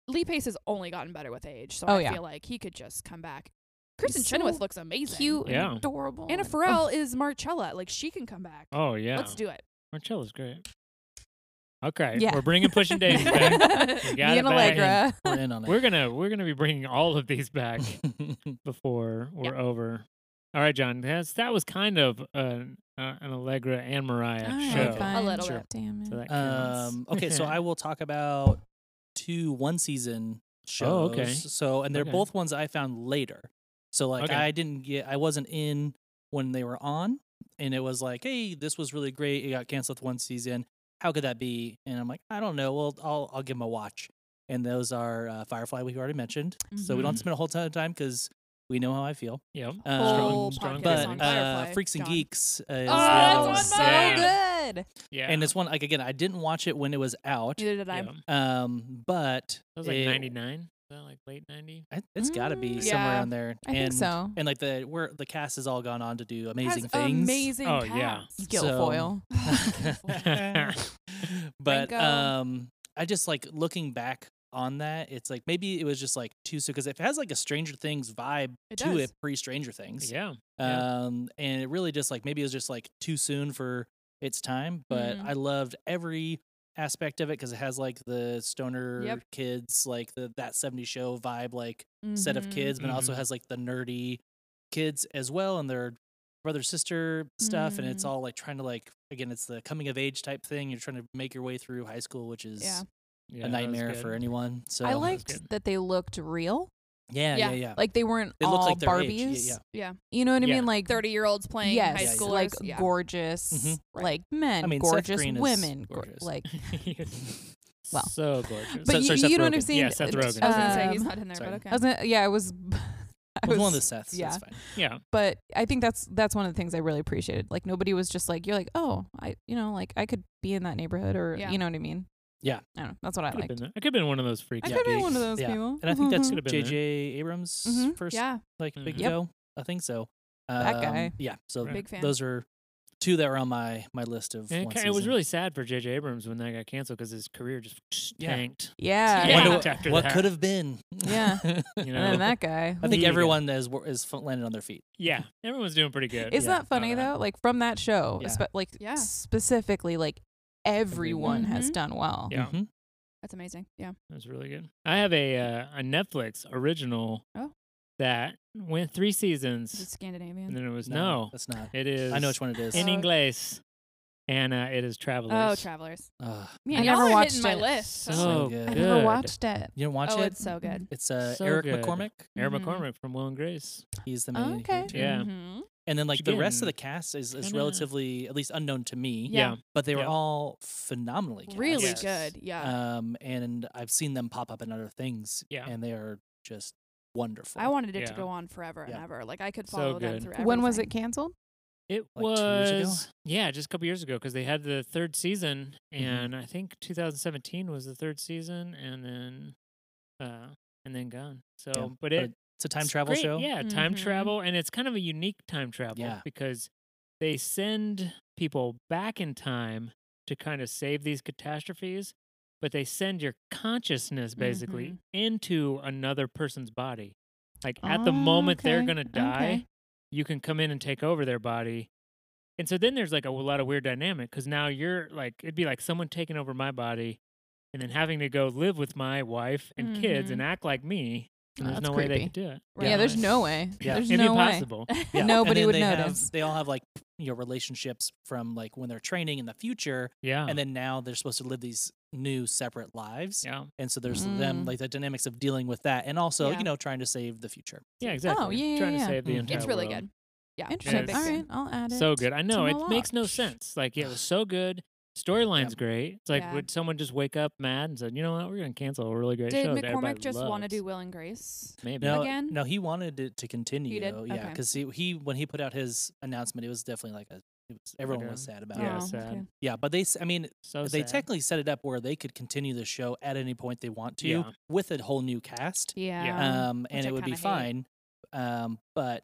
[SPEAKER 4] Lee Pace has only gotten better with age, so
[SPEAKER 2] Oh,
[SPEAKER 4] I
[SPEAKER 2] yeah.
[SPEAKER 4] feel like he could just come back. Kristen
[SPEAKER 2] so
[SPEAKER 4] Chenoweth looks amazing.
[SPEAKER 2] Cute
[SPEAKER 1] Yeah.
[SPEAKER 2] and Oh. adorable.
[SPEAKER 4] Anna
[SPEAKER 2] and-
[SPEAKER 4] Farrell is Marcella. Like, she can come back.
[SPEAKER 1] Oh yeah.
[SPEAKER 4] Let's do it.
[SPEAKER 1] Marcella's great. Okay,
[SPEAKER 2] Yeah.
[SPEAKER 1] we're bringing pushing daisies back.
[SPEAKER 2] Me
[SPEAKER 1] We got
[SPEAKER 2] and
[SPEAKER 1] it back.
[SPEAKER 2] Allegra.
[SPEAKER 3] We're in on
[SPEAKER 1] We're gonna we're gonna be bringing all of these back
[SPEAKER 3] it.
[SPEAKER 1] before we're over. All right, John. That's that was kind of an uh, an Allegra and Mariah
[SPEAKER 2] All right,
[SPEAKER 1] show.
[SPEAKER 4] A
[SPEAKER 2] fine.
[SPEAKER 4] little
[SPEAKER 3] Sure.
[SPEAKER 2] Damn it.
[SPEAKER 1] So that counts.
[SPEAKER 3] um, okay, so I will talk about two one season shows.
[SPEAKER 1] Oh, okay.
[SPEAKER 3] So and they're
[SPEAKER 1] Okay.
[SPEAKER 3] both ones I found later. So like
[SPEAKER 1] Okay.
[SPEAKER 3] I didn't get I wasn't in when they were on and it was like, hey, this was really great. It got canceled one season. How could that be? And I'm like, I don't know. Well, I'll I'll give them a watch. And those are uh, Firefly, we already mentioned. So we don't
[SPEAKER 4] Mm-hmm.
[SPEAKER 1] Mhm.
[SPEAKER 3] spend a whole ton of time because we know how I feel.
[SPEAKER 1] yep.
[SPEAKER 3] Um,
[SPEAKER 4] Whole
[SPEAKER 1] strong
[SPEAKER 4] podcast
[SPEAKER 1] feelings.
[SPEAKER 4] on
[SPEAKER 3] but uh,
[SPEAKER 4] Firefly,
[SPEAKER 3] Freaks and
[SPEAKER 4] John.
[SPEAKER 3] Geeks uh, is the
[SPEAKER 4] Oh,
[SPEAKER 3] other
[SPEAKER 4] that's
[SPEAKER 3] one.
[SPEAKER 4] on
[SPEAKER 2] so
[SPEAKER 1] mine.
[SPEAKER 2] Oh, good.
[SPEAKER 1] Yeah.
[SPEAKER 3] And it's one like again, I didn't watch it when it was out.
[SPEAKER 4] Neither did I.
[SPEAKER 1] yeah.
[SPEAKER 3] Um, but
[SPEAKER 1] That was like
[SPEAKER 3] it-
[SPEAKER 1] ninety nine. Is that like late ninety?
[SPEAKER 3] I- It's got to be
[SPEAKER 2] Mm,
[SPEAKER 3] somewhere
[SPEAKER 4] yeah.
[SPEAKER 3] on there.
[SPEAKER 2] I
[SPEAKER 3] and,
[SPEAKER 2] think so.
[SPEAKER 3] And like the where the cast has all gone on to do
[SPEAKER 4] Has
[SPEAKER 3] amazing things.
[SPEAKER 4] Amazing.
[SPEAKER 1] Oh, yeah.
[SPEAKER 4] cast.
[SPEAKER 2] Guilfoyle.
[SPEAKER 3] oh,
[SPEAKER 4] Guilfoyle.
[SPEAKER 3] but
[SPEAKER 4] Franco.
[SPEAKER 3] um, I just like looking back on that, it's like maybe it was just like too soon because it has like a Stranger Things vibe
[SPEAKER 4] It
[SPEAKER 3] to
[SPEAKER 4] does.
[SPEAKER 3] it pre Stranger Things.
[SPEAKER 1] Yeah. Yeah.
[SPEAKER 3] Um, and it really just like maybe it was just like too soon for its time, but
[SPEAKER 4] Mhm.
[SPEAKER 3] I loved every aspect of it because it has like the stoner
[SPEAKER 4] Yep.
[SPEAKER 3] kids, like the that 70 show vibe, like set of
[SPEAKER 4] Mhm.
[SPEAKER 3] kids, but it also
[SPEAKER 1] Mhm.
[SPEAKER 3] has like the nerdy kids as well and their brother sister stuff. And it's
[SPEAKER 4] Mm.
[SPEAKER 3] all like trying to like, again, it's the coming of age type thing. You're trying to make your way through high school, which is
[SPEAKER 4] Yeah.
[SPEAKER 1] Yeah,
[SPEAKER 3] a
[SPEAKER 1] that was
[SPEAKER 3] nightmare for
[SPEAKER 1] good.
[SPEAKER 3] anyone. So
[SPEAKER 2] I
[SPEAKER 1] was
[SPEAKER 2] liked
[SPEAKER 1] good.
[SPEAKER 2] that they looked real.
[SPEAKER 3] yeah,
[SPEAKER 4] Yeah.
[SPEAKER 3] yeah, yeah.
[SPEAKER 2] Like they weren't
[SPEAKER 3] Oh. They
[SPEAKER 2] all
[SPEAKER 3] look like their
[SPEAKER 2] Barbies.
[SPEAKER 3] age. Yeah, yeah.
[SPEAKER 4] Yeah.
[SPEAKER 2] You know what I
[SPEAKER 1] Yeah.
[SPEAKER 2] mean? Like
[SPEAKER 4] 30 year olds playing
[SPEAKER 2] yes,
[SPEAKER 4] high
[SPEAKER 3] Yeah, yeah.
[SPEAKER 4] schoolers.
[SPEAKER 2] like
[SPEAKER 4] yeah.
[SPEAKER 2] gorgeous,
[SPEAKER 3] Mhm.
[SPEAKER 4] Right.
[SPEAKER 2] like men,
[SPEAKER 3] I mean, Seth
[SPEAKER 2] gorgeous
[SPEAKER 3] Green is
[SPEAKER 2] women, gor-
[SPEAKER 3] gorgeous.
[SPEAKER 2] like. Well.
[SPEAKER 1] well, so gorgeous.
[SPEAKER 2] But
[SPEAKER 3] So-
[SPEAKER 2] you, you
[SPEAKER 3] sorry, Seth
[SPEAKER 2] know what I'm
[SPEAKER 3] Rogen.
[SPEAKER 2] saying?
[SPEAKER 1] Yeah, Seth
[SPEAKER 2] Uh,
[SPEAKER 1] Rogen.
[SPEAKER 4] I was gonna say he's
[SPEAKER 2] um,
[SPEAKER 4] not in there,
[SPEAKER 3] sorry.
[SPEAKER 4] but okay.
[SPEAKER 2] I was gonna, yeah, I was. I
[SPEAKER 3] Well,
[SPEAKER 2] was
[SPEAKER 3] one of the Seths. Yeah.
[SPEAKER 2] yeah.
[SPEAKER 3] That's fine.
[SPEAKER 1] yeah,
[SPEAKER 2] but I think that's that's one of the things I really appreciated. Like nobody was just like you're like oh I you know like I could be in that neighborhood or
[SPEAKER 4] Yeah.
[SPEAKER 2] you know what I mean.
[SPEAKER 3] Yeah.
[SPEAKER 2] I don't know. That's what I
[SPEAKER 1] could have
[SPEAKER 2] liked.
[SPEAKER 1] been. that. I could have been one of those
[SPEAKER 2] I
[SPEAKER 1] freaks.
[SPEAKER 2] could have been one of those
[SPEAKER 3] Yeah.
[SPEAKER 2] people.
[SPEAKER 3] And I think that's
[SPEAKER 2] Mhm.
[SPEAKER 1] Could've been
[SPEAKER 3] J.J. Abrams'
[SPEAKER 2] Mhm.
[SPEAKER 3] first
[SPEAKER 4] yeah.
[SPEAKER 3] like big
[SPEAKER 1] Mhm.
[SPEAKER 2] Yep.
[SPEAKER 3] go. I think so.
[SPEAKER 2] That guy.
[SPEAKER 3] Um, Yeah. So
[SPEAKER 1] Right.
[SPEAKER 4] Big fan.
[SPEAKER 3] those are two that were on my my list of.
[SPEAKER 1] And it,
[SPEAKER 3] one
[SPEAKER 1] ki- it was
[SPEAKER 3] season.
[SPEAKER 1] really sad for J.J. Abrams when that got canceled because his career just
[SPEAKER 3] Yeah.
[SPEAKER 1] tanked.
[SPEAKER 2] yeah.
[SPEAKER 4] Yeah.
[SPEAKER 3] Wonder
[SPEAKER 1] Tanked
[SPEAKER 3] what-
[SPEAKER 1] after
[SPEAKER 3] what
[SPEAKER 1] that,
[SPEAKER 3] could have been.
[SPEAKER 2] Yeah.
[SPEAKER 1] You
[SPEAKER 2] And then
[SPEAKER 1] know?
[SPEAKER 2] that guy.
[SPEAKER 3] I think
[SPEAKER 1] Yeah.
[SPEAKER 3] everyone is wor- is f- landed on their feet.
[SPEAKER 1] Yeah, everyone's doing pretty good.
[SPEAKER 2] Isn't
[SPEAKER 3] yeah,
[SPEAKER 2] that funny
[SPEAKER 1] all that.
[SPEAKER 2] though? Like from that show,
[SPEAKER 3] Yeah.
[SPEAKER 2] espe- like
[SPEAKER 4] Yeah.
[SPEAKER 2] specifically, like everyone has
[SPEAKER 4] Mhm.
[SPEAKER 2] done well.
[SPEAKER 1] Yeah.
[SPEAKER 3] Mhm.
[SPEAKER 4] That's amazing. Yeah.
[SPEAKER 1] That was really good. I have a uh, a Netflix original
[SPEAKER 4] Oh.
[SPEAKER 1] that went three
[SPEAKER 4] Is it
[SPEAKER 1] seasons, and
[SPEAKER 4] Scandinavian?
[SPEAKER 1] then it was no.
[SPEAKER 3] that's not.
[SPEAKER 1] it is.
[SPEAKER 3] I know which one it is.
[SPEAKER 1] In
[SPEAKER 4] Oh.
[SPEAKER 1] English, and uh, it is Travelers.
[SPEAKER 4] Oh, Travelers.
[SPEAKER 3] Ugh,
[SPEAKER 2] Yeah, I
[SPEAKER 4] y'all
[SPEAKER 2] never
[SPEAKER 4] are
[SPEAKER 2] watched
[SPEAKER 4] hitting my
[SPEAKER 2] it.
[SPEAKER 4] list.
[SPEAKER 1] so,
[SPEAKER 4] huh?
[SPEAKER 3] good.
[SPEAKER 2] I
[SPEAKER 1] good.
[SPEAKER 2] never watched it.
[SPEAKER 3] you didn't watch
[SPEAKER 4] oh,
[SPEAKER 3] it?
[SPEAKER 4] it's so good.
[SPEAKER 3] It's, uh,
[SPEAKER 1] so
[SPEAKER 3] Eric
[SPEAKER 1] good.
[SPEAKER 3] McCormick.
[SPEAKER 1] Eric
[SPEAKER 4] Mhm.
[SPEAKER 1] McCormick from Will and Grace.
[SPEAKER 3] He's the main.
[SPEAKER 2] Okay.
[SPEAKER 3] character.
[SPEAKER 1] Yeah.
[SPEAKER 4] Mhm.
[SPEAKER 3] And then like
[SPEAKER 1] Which
[SPEAKER 3] the rest of
[SPEAKER 1] again,
[SPEAKER 3] the cast is, is
[SPEAKER 1] kinda-
[SPEAKER 3] relatively at least unknown to me.
[SPEAKER 4] Yeah.
[SPEAKER 3] But they were
[SPEAKER 1] Yeah.
[SPEAKER 3] all phenomenally cast.
[SPEAKER 4] Really
[SPEAKER 1] Yes. Uh,
[SPEAKER 4] good. Yeah.
[SPEAKER 3] um, and I've seen them pop up in other things.
[SPEAKER 1] Yeah.
[SPEAKER 3] and they are just wonderful.
[SPEAKER 4] I wanted it to
[SPEAKER 1] Yeah.
[SPEAKER 4] go on forever and
[SPEAKER 3] Yeah.
[SPEAKER 4] ever. Like I could
[SPEAKER 1] So
[SPEAKER 4] follow them
[SPEAKER 1] good.
[SPEAKER 4] through.
[SPEAKER 2] When was it
[SPEAKER 4] everything.
[SPEAKER 2] canceled?
[SPEAKER 1] It
[SPEAKER 3] Like
[SPEAKER 1] was
[SPEAKER 3] two years ago?
[SPEAKER 1] yeah, just a couple years ago because they had the third season,
[SPEAKER 3] Mm-hmm.
[SPEAKER 1] and I think 2017 was the third season, and then uh, and then gone. So,
[SPEAKER 3] Yeah,
[SPEAKER 1] but it
[SPEAKER 3] it's a time
[SPEAKER 1] It's
[SPEAKER 3] travel
[SPEAKER 1] great,
[SPEAKER 3] show.
[SPEAKER 1] Yeah, time
[SPEAKER 2] Mm-hmm.
[SPEAKER 4] Mhm.
[SPEAKER 1] travel, and it's kind of a unique time travel
[SPEAKER 3] Yeah.
[SPEAKER 1] because they send people back in time to kind of save these catastrophes, but they send your consciousness basically
[SPEAKER 2] Mm-hmm.
[SPEAKER 4] Mhm.
[SPEAKER 1] into another person's body. Like at the moment they're
[SPEAKER 2] Oh, Okay,
[SPEAKER 1] going to die, you can come in and take over their body. And so then there's like a lot of weird dynamic because now you're like, it'd be like someone taking over my body and then having to go live with my wife and kids
[SPEAKER 4] Mhm.
[SPEAKER 2] Mm-hmm.
[SPEAKER 1] and act like me. And
[SPEAKER 2] Oh,
[SPEAKER 1] there's
[SPEAKER 2] that's
[SPEAKER 1] no way they
[SPEAKER 2] creepy.
[SPEAKER 1] could do it.
[SPEAKER 2] Yeah, there's no way.
[SPEAKER 3] Yeah.
[SPEAKER 2] There's
[SPEAKER 1] It'd
[SPEAKER 2] no
[SPEAKER 1] be
[SPEAKER 2] way.
[SPEAKER 1] possible.
[SPEAKER 3] Yeah. And
[SPEAKER 2] Nobody
[SPEAKER 3] then
[SPEAKER 2] would
[SPEAKER 3] they have-
[SPEAKER 2] notice.
[SPEAKER 3] they all have like you know relationships from like when they're training in the future,
[SPEAKER 1] Yeah.
[SPEAKER 3] and then now they're supposed to live these new separate lives.
[SPEAKER 1] yeah.
[SPEAKER 3] And so there's
[SPEAKER 2] Mm.
[SPEAKER 3] them like the dynamics of dealing with that, and also
[SPEAKER 4] Yeah.
[SPEAKER 3] you know trying to save the future.
[SPEAKER 1] Yeah, exactly.
[SPEAKER 2] yeah,
[SPEAKER 1] Trying
[SPEAKER 2] yeah.
[SPEAKER 1] to save the
[SPEAKER 3] Mm.
[SPEAKER 1] entire
[SPEAKER 4] It's really
[SPEAKER 1] world.
[SPEAKER 4] good. Yeah.
[SPEAKER 2] Interesting.
[SPEAKER 1] Yes.
[SPEAKER 2] All right, I'll add it.
[SPEAKER 1] So good. I know
[SPEAKER 2] my
[SPEAKER 1] it makes no
[SPEAKER 2] watch.
[SPEAKER 1] sense. Like yeah, it was so good. Storyline's great. It's like
[SPEAKER 4] Yeah.
[SPEAKER 1] would someone just wake up mad and said, "You know what? We're gonna cancel a really great
[SPEAKER 4] Did
[SPEAKER 1] show." that everybody
[SPEAKER 4] McCormick just want to
[SPEAKER 1] loves."
[SPEAKER 4] do Will and Grace?
[SPEAKER 1] maybe?
[SPEAKER 3] No,
[SPEAKER 4] Again?
[SPEAKER 3] no, he wanted it to continue. Yeah,
[SPEAKER 4] Okay.
[SPEAKER 3] because he, he when he put out his announcement, it was definitely like a it was, everyone
[SPEAKER 1] a-
[SPEAKER 3] was sad about
[SPEAKER 1] Yeah,
[SPEAKER 3] it.
[SPEAKER 4] oh,
[SPEAKER 1] sad.
[SPEAKER 4] okay.
[SPEAKER 3] Yeah, but they s- I mean
[SPEAKER 1] So
[SPEAKER 3] they
[SPEAKER 1] sad.
[SPEAKER 3] technically set it up where they could continue the show at any point they want to
[SPEAKER 1] Yeah.
[SPEAKER 3] with a whole new cast.
[SPEAKER 4] Yeah.
[SPEAKER 3] um,
[SPEAKER 4] which
[SPEAKER 3] and
[SPEAKER 4] I
[SPEAKER 3] it would be
[SPEAKER 4] kinda hate.
[SPEAKER 3] fine. Um, but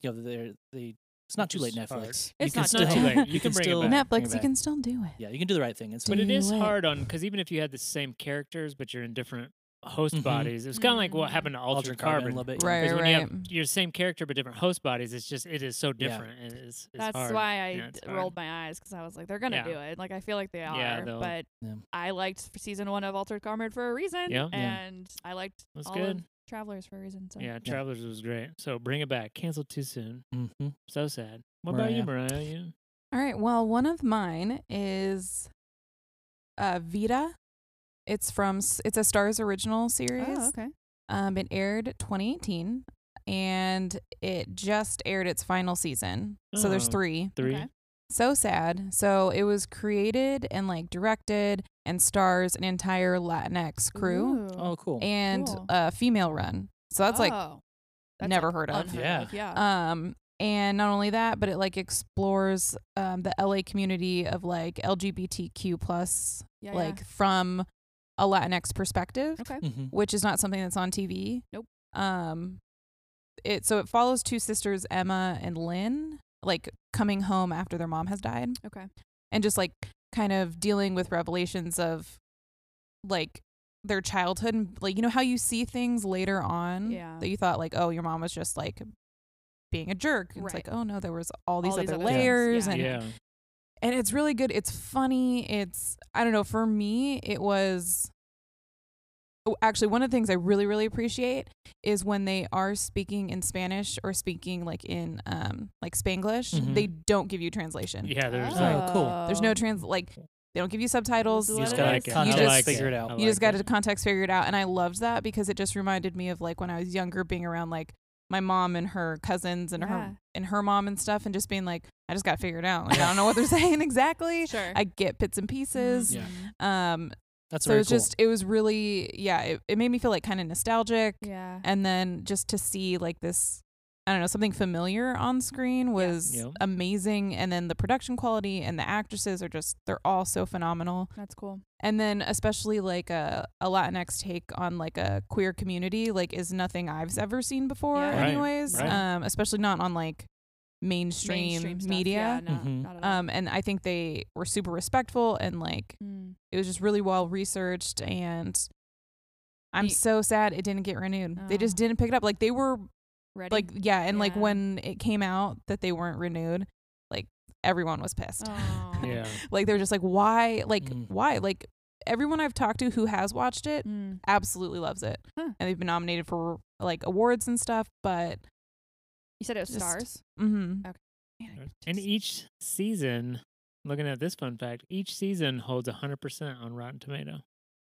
[SPEAKER 3] you know, they're they. It's not too
[SPEAKER 1] Which
[SPEAKER 3] late,
[SPEAKER 1] is hard.
[SPEAKER 3] Netflix.
[SPEAKER 4] It's not
[SPEAKER 3] you
[SPEAKER 4] too
[SPEAKER 3] can
[SPEAKER 4] late.
[SPEAKER 3] still,
[SPEAKER 4] You can
[SPEAKER 1] bring it
[SPEAKER 3] still,
[SPEAKER 1] back.
[SPEAKER 3] bring
[SPEAKER 2] Netflix,
[SPEAKER 3] it
[SPEAKER 2] you
[SPEAKER 3] back.
[SPEAKER 2] can still do it.
[SPEAKER 3] Yeah, you can do the right thing. It's
[SPEAKER 1] but it
[SPEAKER 3] fine.
[SPEAKER 1] is
[SPEAKER 2] do it.
[SPEAKER 1] hard on because even if you had the same characters, but you're in different host
[SPEAKER 3] Mhm.
[SPEAKER 1] bodies, it was kind of like what
[SPEAKER 4] Mm.
[SPEAKER 1] happened to
[SPEAKER 3] Altered
[SPEAKER 1] Altered,
[SPEAKER 3] carbon a
[SPEAKER 1] Carbon.
[SPEAKER 3] little bit. yeah.
[SPEAKER 2] Right,
[SPEAKER 1] Because when you have
[SPEAKER 2] right.
[SPEAKER 1] your same character but different host bodies, it's just it is so
[SPEAKER 3] Yeah.
[SPEAKER 1] different. and It's, it's
[SPEAKER 4] That's
[SPEAKER 1] hard.
[SPEAKER 4] why I
[SPEAKER 1] Yeah, it's
[SPEAKER 4] d- rolled my eyes because I was like, they're gonna
[SPEAKER 1] Yeah.
[SPEAKER 4] do it. Like I feel like they are,
[SPEAKER 1] Yeah, they'll-
[SPEAKER 4] but
[SPEAKER 3] Yeah.
[SPEAKER 4] I liked f- season one of Altered Carbon for a reason,
[SPEAKER 1] Yeah.
[SPEAKER 3] Yeah.
[SPEAKER 4] and I liked
[SPEAKER 1] That's
[SPEAKER 4] all
[SPEAKER 1] good.
[SPEAKER 4] of Travelers for a reason. So
[SPEAKER 2] Oh,
[SPEAKER 1] Yeah, Travelers was great. So bring it back. Canceled too soon.
[SPEAKER 3] Mhm.
[SPEAKER 1] So sad. What about you, Mariah? You?
[SPEAKER 2] All right. Well, one of mine is uh, Vita. It's from s- it's a Stars original series.
[SPEAKER 4] Oh, okay.
[SPEAKER 2] Um, it aired 2018, and it just aired its final season. So there's
[SPEAKER 1] Oh.
[SPEAKER 2] three.
[SPEAKER 1] Three.
[SPEAKER 4] Okay.
[SPEAKER 2] So sad. So it was created and like directed and stars an entire Latinx crew
[SPEAKER 4] Ooh.
[SPEAKER 3] Oh, cool.
[SPEAKER 2] and
[SPEAKER 4] cool.
[SPEAKER 2] uh, female run. So that's like
[SPEAKER 4] Oh. That's,
[SPEAKER 2] never
[SPEAKER 4] like,
[SPEAKER 2] heard of.
[SPEAKER 4] unheard
[SPEAKER 3] Yeah.
[SPEAKER 4] Yeah.
[SPEAKER 2] Um, and not only that, but it like explores um, the LA community of like LGBTQ plus
[SPEAKER 4] yeah.
[SPEAKER 2] like from a Latinx perspective,
[SPEAKER 4] yeah. Okay.
[SPEAKER 3] Mhm.
[SPEAKER 2] which is not something that's on TV.
[SPEAKER 4] Nope.
[SPEAKER 2] Um, it so it follows two sisters, Emma and Lynn, like coming home after their mom has died,
[SPEAKER 4] Okay.
[SPEAKER 2] and just like kind of dealing with revelations of like their childhood and like you know how you see things later on
[SPEAKER 4] Yeah.
[SPEAKER 2] that you thought like oh your mom was just like being a jerk And it's
[SPEAKER 4] Right.
[SPEAKER 2] like oh no there was all these
[SPEAKER 4] All these
[SPEAKER 2] other
[SPEAKER 4] other
[SPEAKER 1] things.
[SPEAKER 2] layers
[SPEAKER 4] Yeah.
[SPEAKER 2] and
[SPEAKER 1] yeah.
[SPEAKER 2] and it's really good it's funny it's i don't know for me it was oh, actually one of the things i really really appreciate is when they are speaking in spanish or speaking like in um like spanglish
[SPEAKER 3] Mhm.
[SPEAKER 2] they don't give you translation
[SPEAKER 1] Yeah, there's
[SPEAKER 3] Oh,
[SPEAKER 1] like
[SPEAKER 3] cool.
[SPEAKER 2] there's no trans like they don't give you subtitles
[SPEAKER 4] You
[SPEAKER 1] I
[SPEAKER 4] just
[SPEAKER 1] like
[SPEAKER 4] gotta
[SPEAKER 1] it. I
[SPEAKER 3] context
[SPEAKER 1] like
[SPEAKER 3] figure it out.
[SPEAKER 1] I
[SPEAKER 2] you just
[SPEAKER 1] like
[SPEAKER 2] got to
[SPEAKER 1] it.
[SPEAKER 2] context figure it out and i loved that because it just reminded me of like when i was younger being around like my mom and her cousins and
[SPEAKER 4] Yeah.
[SPEAKER 2] her and her mom and stuff and just being like i just got to figure it out like i don't know what they're saying exactly
[SPEAKER 4] sure. Mm-hmm.
[SPEAKER 2] i get bits and pieces
[SPEAKER 3] Mm, Yeah.
[SPEAKER 4] Mhm.
[SPEAKER 2] um
[SPEAKER 3] That's
[SPEAKER 2] so
[SPEAKER 3] very
[SPEAKER 2] it's
[SPEAKER 3] cool.
[SPEAKER 2] just it was really yeah it, it made me feel like kind of nostalgic
[SPEAKER 4] Yeah.
[SPEAKER 2] and then just to see like this i don't know something familiar on screen was
[SPEAKER 1] Yeah.
[SPEAKER 2] amazing and then the production quality and the actresses are just they're all so phenomenal
[SPEAKER 4] That's cool.
[SPEAKER 2] and then especially like a, a latinx take on like a queer community like is nothing i've ever seen before
[SPEAKER 4] Yeah.
[SPEAKER 1] Right,
[SPEAKER 2] anyways
[SPEAKER 1] right.
[SPEAKER 2] um especially not on like mainstream,
[SPEAKER 4] Mainstream stuff. Yeah,
[SPEAKER 2] media
[SPEAKER 4] no,
[SPEAKER 3] Mhm.
[SPEAKER 4] not at all.
[SPEAKER 2] um and i think they were super respectful and like
[SPEAKER 4] Mm.
[SPEAKER 2] it was just really well researched and I'm
[SPEAKER 4] Ye-
[SPEAKER 2] so sad it didn't get renewed. They just
[SPEAKER 4] Oh.
[SPEAKER 2] didn't pick it up. Like they were
[SPEAKER 4] Ready?
[SPEAKER 2] like yeah, and like
[SPEAKER 4] Yeah.
[SPEAKER 2] when it came out that they weren't renewed, like everyone was pissed.
[SPEAKER 4] Oh.
[SPEAKER 1] Yeah.
[SPEAKER 2] Like they're just like why like
[SPEAKER 3] Mm.
[SPEAKER 2] why? Like everyone I've talked to who has watched it
[SPEAKER 4] Mm.
[SPEAKER 2] absolutely loves it.
[SPEAKER 4] Huh.
[SPEAKER 2] And they've been nominated for like awards and stuff, but
[SPEAKER 4] You said it was
[SPEAKER 2] Just-
[SPEAKER 4] stars.
[SPEAKER 2] mhm.
[SPEAKER 1] And
[SPEAKER 3] e
[SPEAKER 1] each season, looking at this fun fact, each season holds 100% on Rotten Tomato.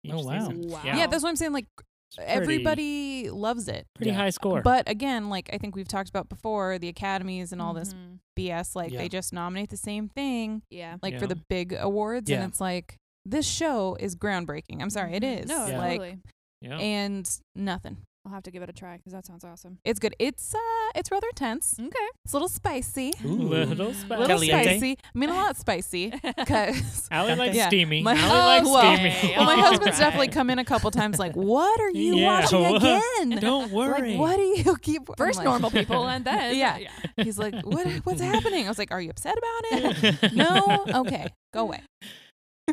[SPEAKER 1] Each
[SPEAKER 3] Oh, wow.
[SPEAKER 1] season.
[SPEAKER 4] Wow.
[SPEAKER 2] yeah, that's what I'm saying like
[SPEAKER 1] It's pretty-
[SPEAKER 2] everybody loves it.
[SPEAKER 1] Pretty
[SPEAKER 3] Yeah.
[SPEAKER 1] high score.
[SPEAKER 2] But again, like I think we've talked about before, the academies and all this
[SPEAKER 4] Mhm.
[SPEAKER 2] BS. Like
[SPEAKER 3] Yeah.
[SPEAKER 2] they just nominate the same thing,
[SPEAKER 4] Yeah.
[SPEAKER 2] like for
[SPEAKER 1] Yeah.
[SPEAKER 2] the big awards,
[SPEAKER 3] Yeah.
[SPEAKER 2] and it's like this show is groundbreaking. I'm sorry, it
[SPEAKER 1] Mm-hmm.
[SPEAKER 4] Mhm.
[SPEAKER 2] is.
[SPEAKER 4] No,
[SPEAKER 3] Yeah.
[SPEAKER 2] like
[SPEAKER 4] totally.
[SPEAKER 1] yeah.
[SPEAKER 2] and nothing.
[SPEAKER 4] I'll have to give it a try because that sounds awesome.
[SPEAKER 2] It's good. It's uh, it's rather intense.
[SPEAKER 4] Okay.
[SPEAKER 2] It's a little spicy.
[SPEAKER 3] Ooh.
[SPEAKER 1] Little
[SPEAKER 4] Mm.
[SPEAKER 1] spice.
[SPEAKER 2] little
[SPEAKER 3] Caliente.
[SPEAKER 2] spicy. I mean, a lot spicy. Cause
[SPEAKER 1] Allie likes
[SPEAKER 2] Yeah.
[SPEAKER 1] steamy.
[SPEAKER 2] My-
[SPEAKER 1] Allie
[SPEAKER 2] Oh,
[SPEAKER 1] likes
[SPEAKER 2] well.
[SPEAKER 1] steamy.
[SPEAKER 2] well, my
[SPEAKER 4] All
[SPEAKER 2] husband's definitely
[SPEAKER 4] right.
[SPEAKER 2] come in a couple times. Like, what are you
[SPEAKER 1] Yeah,
[SPEAKER 2] watching
[SPEAKER 1] what?
[SPEAKER 2] again?
[SPEAKER 1] Don't worry.
[SPEAKER 2] Like, what do you keep? I'm
[SPEAKER 4] First
[SPEAKER 2] like-
[SPEAKER 4] normal people and then
[SPEAKER 2] Yeah. He's like, what? What's happening? I was like, are you upset about it? no. Okay, go away.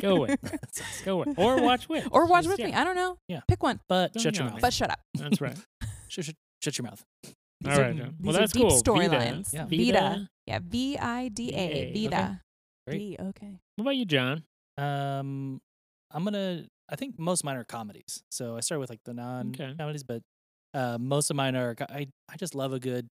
[SPEAKER 1] Go away. Go away. Or watch with.
[SPEAKER 2] Or watch
[SPEAKER 1] Just-
[SPEAKER 2] with
[SPEAKER 1] yeah.
[SPEAKER 2] me. I don't know.
[SPEAKER 3] Yeah.
[SPEAKER 2] Pick one.
[SPEAKER 3] but
[SPEAKER 1] Don't
[SPEAKER 3] shut your
[SPEAKER 1] yell
[SPEAKER 3] mouth.
[SPEAKER 1] at
[SPEAKER 2] But shut up.
[SPEAKER 1] That's right.
[SPEAKER 3] Shut, shut, shut your mouth.
[SPEAKER 1] All right.
[SPEAKER 2] are,
[SPEAKER 1] John.
[SPEAKER 2] these
[SPEAKER 1] Well,
[SPEAKER 2] are
[SPEAKER 1] that's
[SPEAKER 2] deep
[SPEAKER 1] cool.
[SPEAKER 2] storylines.
[SPEAKER 3] Yeah.
[SPEAKER 1] Vida.
[SPEAKER 2] Vida. Yeah. V I D A.
[SPEAKER 1] Okay.
[SPEAKER 2] Vida.
[SPEAKER 3] Great.
[SPEAKER 4] Okay.
[SPEAKER 1] What about you, John?
[SPEAKER 3] Um, I'm gonna. I think most of mine are comedies. So I started with like the non comedies, but uh, most of mine are. co- I I just love a good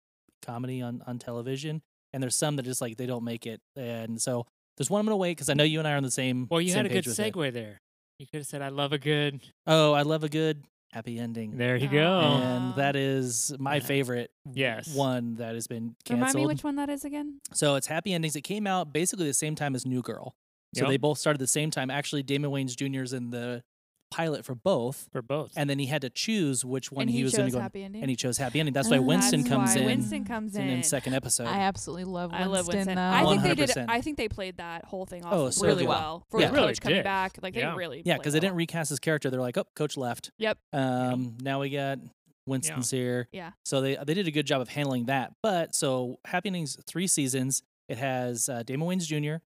[SPEAKER 3] comedy on on television, and there's some that just like they don't make it, and so there's one I'm gonna wait because I know you and I are on the same.
[SPEAKER 1] Well, you
[SPEAKER 3] same
[SPEAKER 1] had a good
[SPEAKER 3] page with it.
[SPEAKER 1] segue there. You could have said, I love a good.
[SPEAKER 3] Oh, I love a good happy ending.
[SPEAKER 1] There you
[SPEAKER 4] Oh.
[SPEAKER 1] go.
[SPEAKER 3] And that is my
[SPEAKER 1] Yeah.
[SPEAKER 3] favorite
[SPEAKER 1] Yes.
[SPEAKER 3] one that has been
[SPEAKER 4] Remind me
[SPEAKER 3] canceled.
[SPEAKER 4] which one that is again.
[SPEAKER 3] so it's Happy Endings. It came out basically the same time as New Girl. So
[SPEAKER 1] Yep.
[SPEAKER 3] they both started the same time. Actually, Damon Wayans Jr. is in the pilot for both,
[SPEAKER 1] For both.
[SPEAKER 3] and then he had to choose which one
[SPEAKER 4] and
[SPEAKER 3] he, was going
[SPEAKER 4] chose
[SPEAKER 3] to go.
[SPEAKER 4] happy ending.
[SPEAKER 3] And he chose Happy Ending. That's why
[SPEAKER 2] Oh,
[SPEAKER 3] Winston
[SPEAKER 4] That's
[SPEAKER 3] comes
[SPEAKER 4] why
[SPEAKER 3] in
[SPEAKER 4] Winston comes
[SPEAKER 3] in,
[SPEAKER 4] in.
[SPEAKER 3] in second episode.
[SPEAKER 2] I absolutely love Winston.
[SPEAKER 4] I love Winston.
[SPEAKER 2] Though.
[SPEAKER 4] I think they did.
[SPEAKER 3] 100%.
[SPEAKER 4] I think they played that whole thing off
[SPEAKER 3] Oh, so
[SPEAKER 4] really
[SPEAKER 2] good.
[SPEAKER 4] well for
[SPEAKER 3] Yeah.
[SPEAKER 4] the
[SPEAKER 1] Really
[SPEAKER 4] coach coming
[SPEAKER 1] did.
[SPEAKER 4] back. Like they
[SPEAKER 1] Yeah.
[SPEAKER 4] really.
[SPEAKER 3] yeah,
[SPEAKER 4] because
[SPEAKER 3] because they didn't recast his character. They're like, oh, Coach left.
[SPEAKER 4] Yep.
[SPEAKER 3] Um, now we got Winston's here.
[SPEAKER 4] Yeah.
[SPEAKER 3] So they they did a good job of handling that. But so Happy Endings three seasons. It has uh, Damon Wayans Jr.,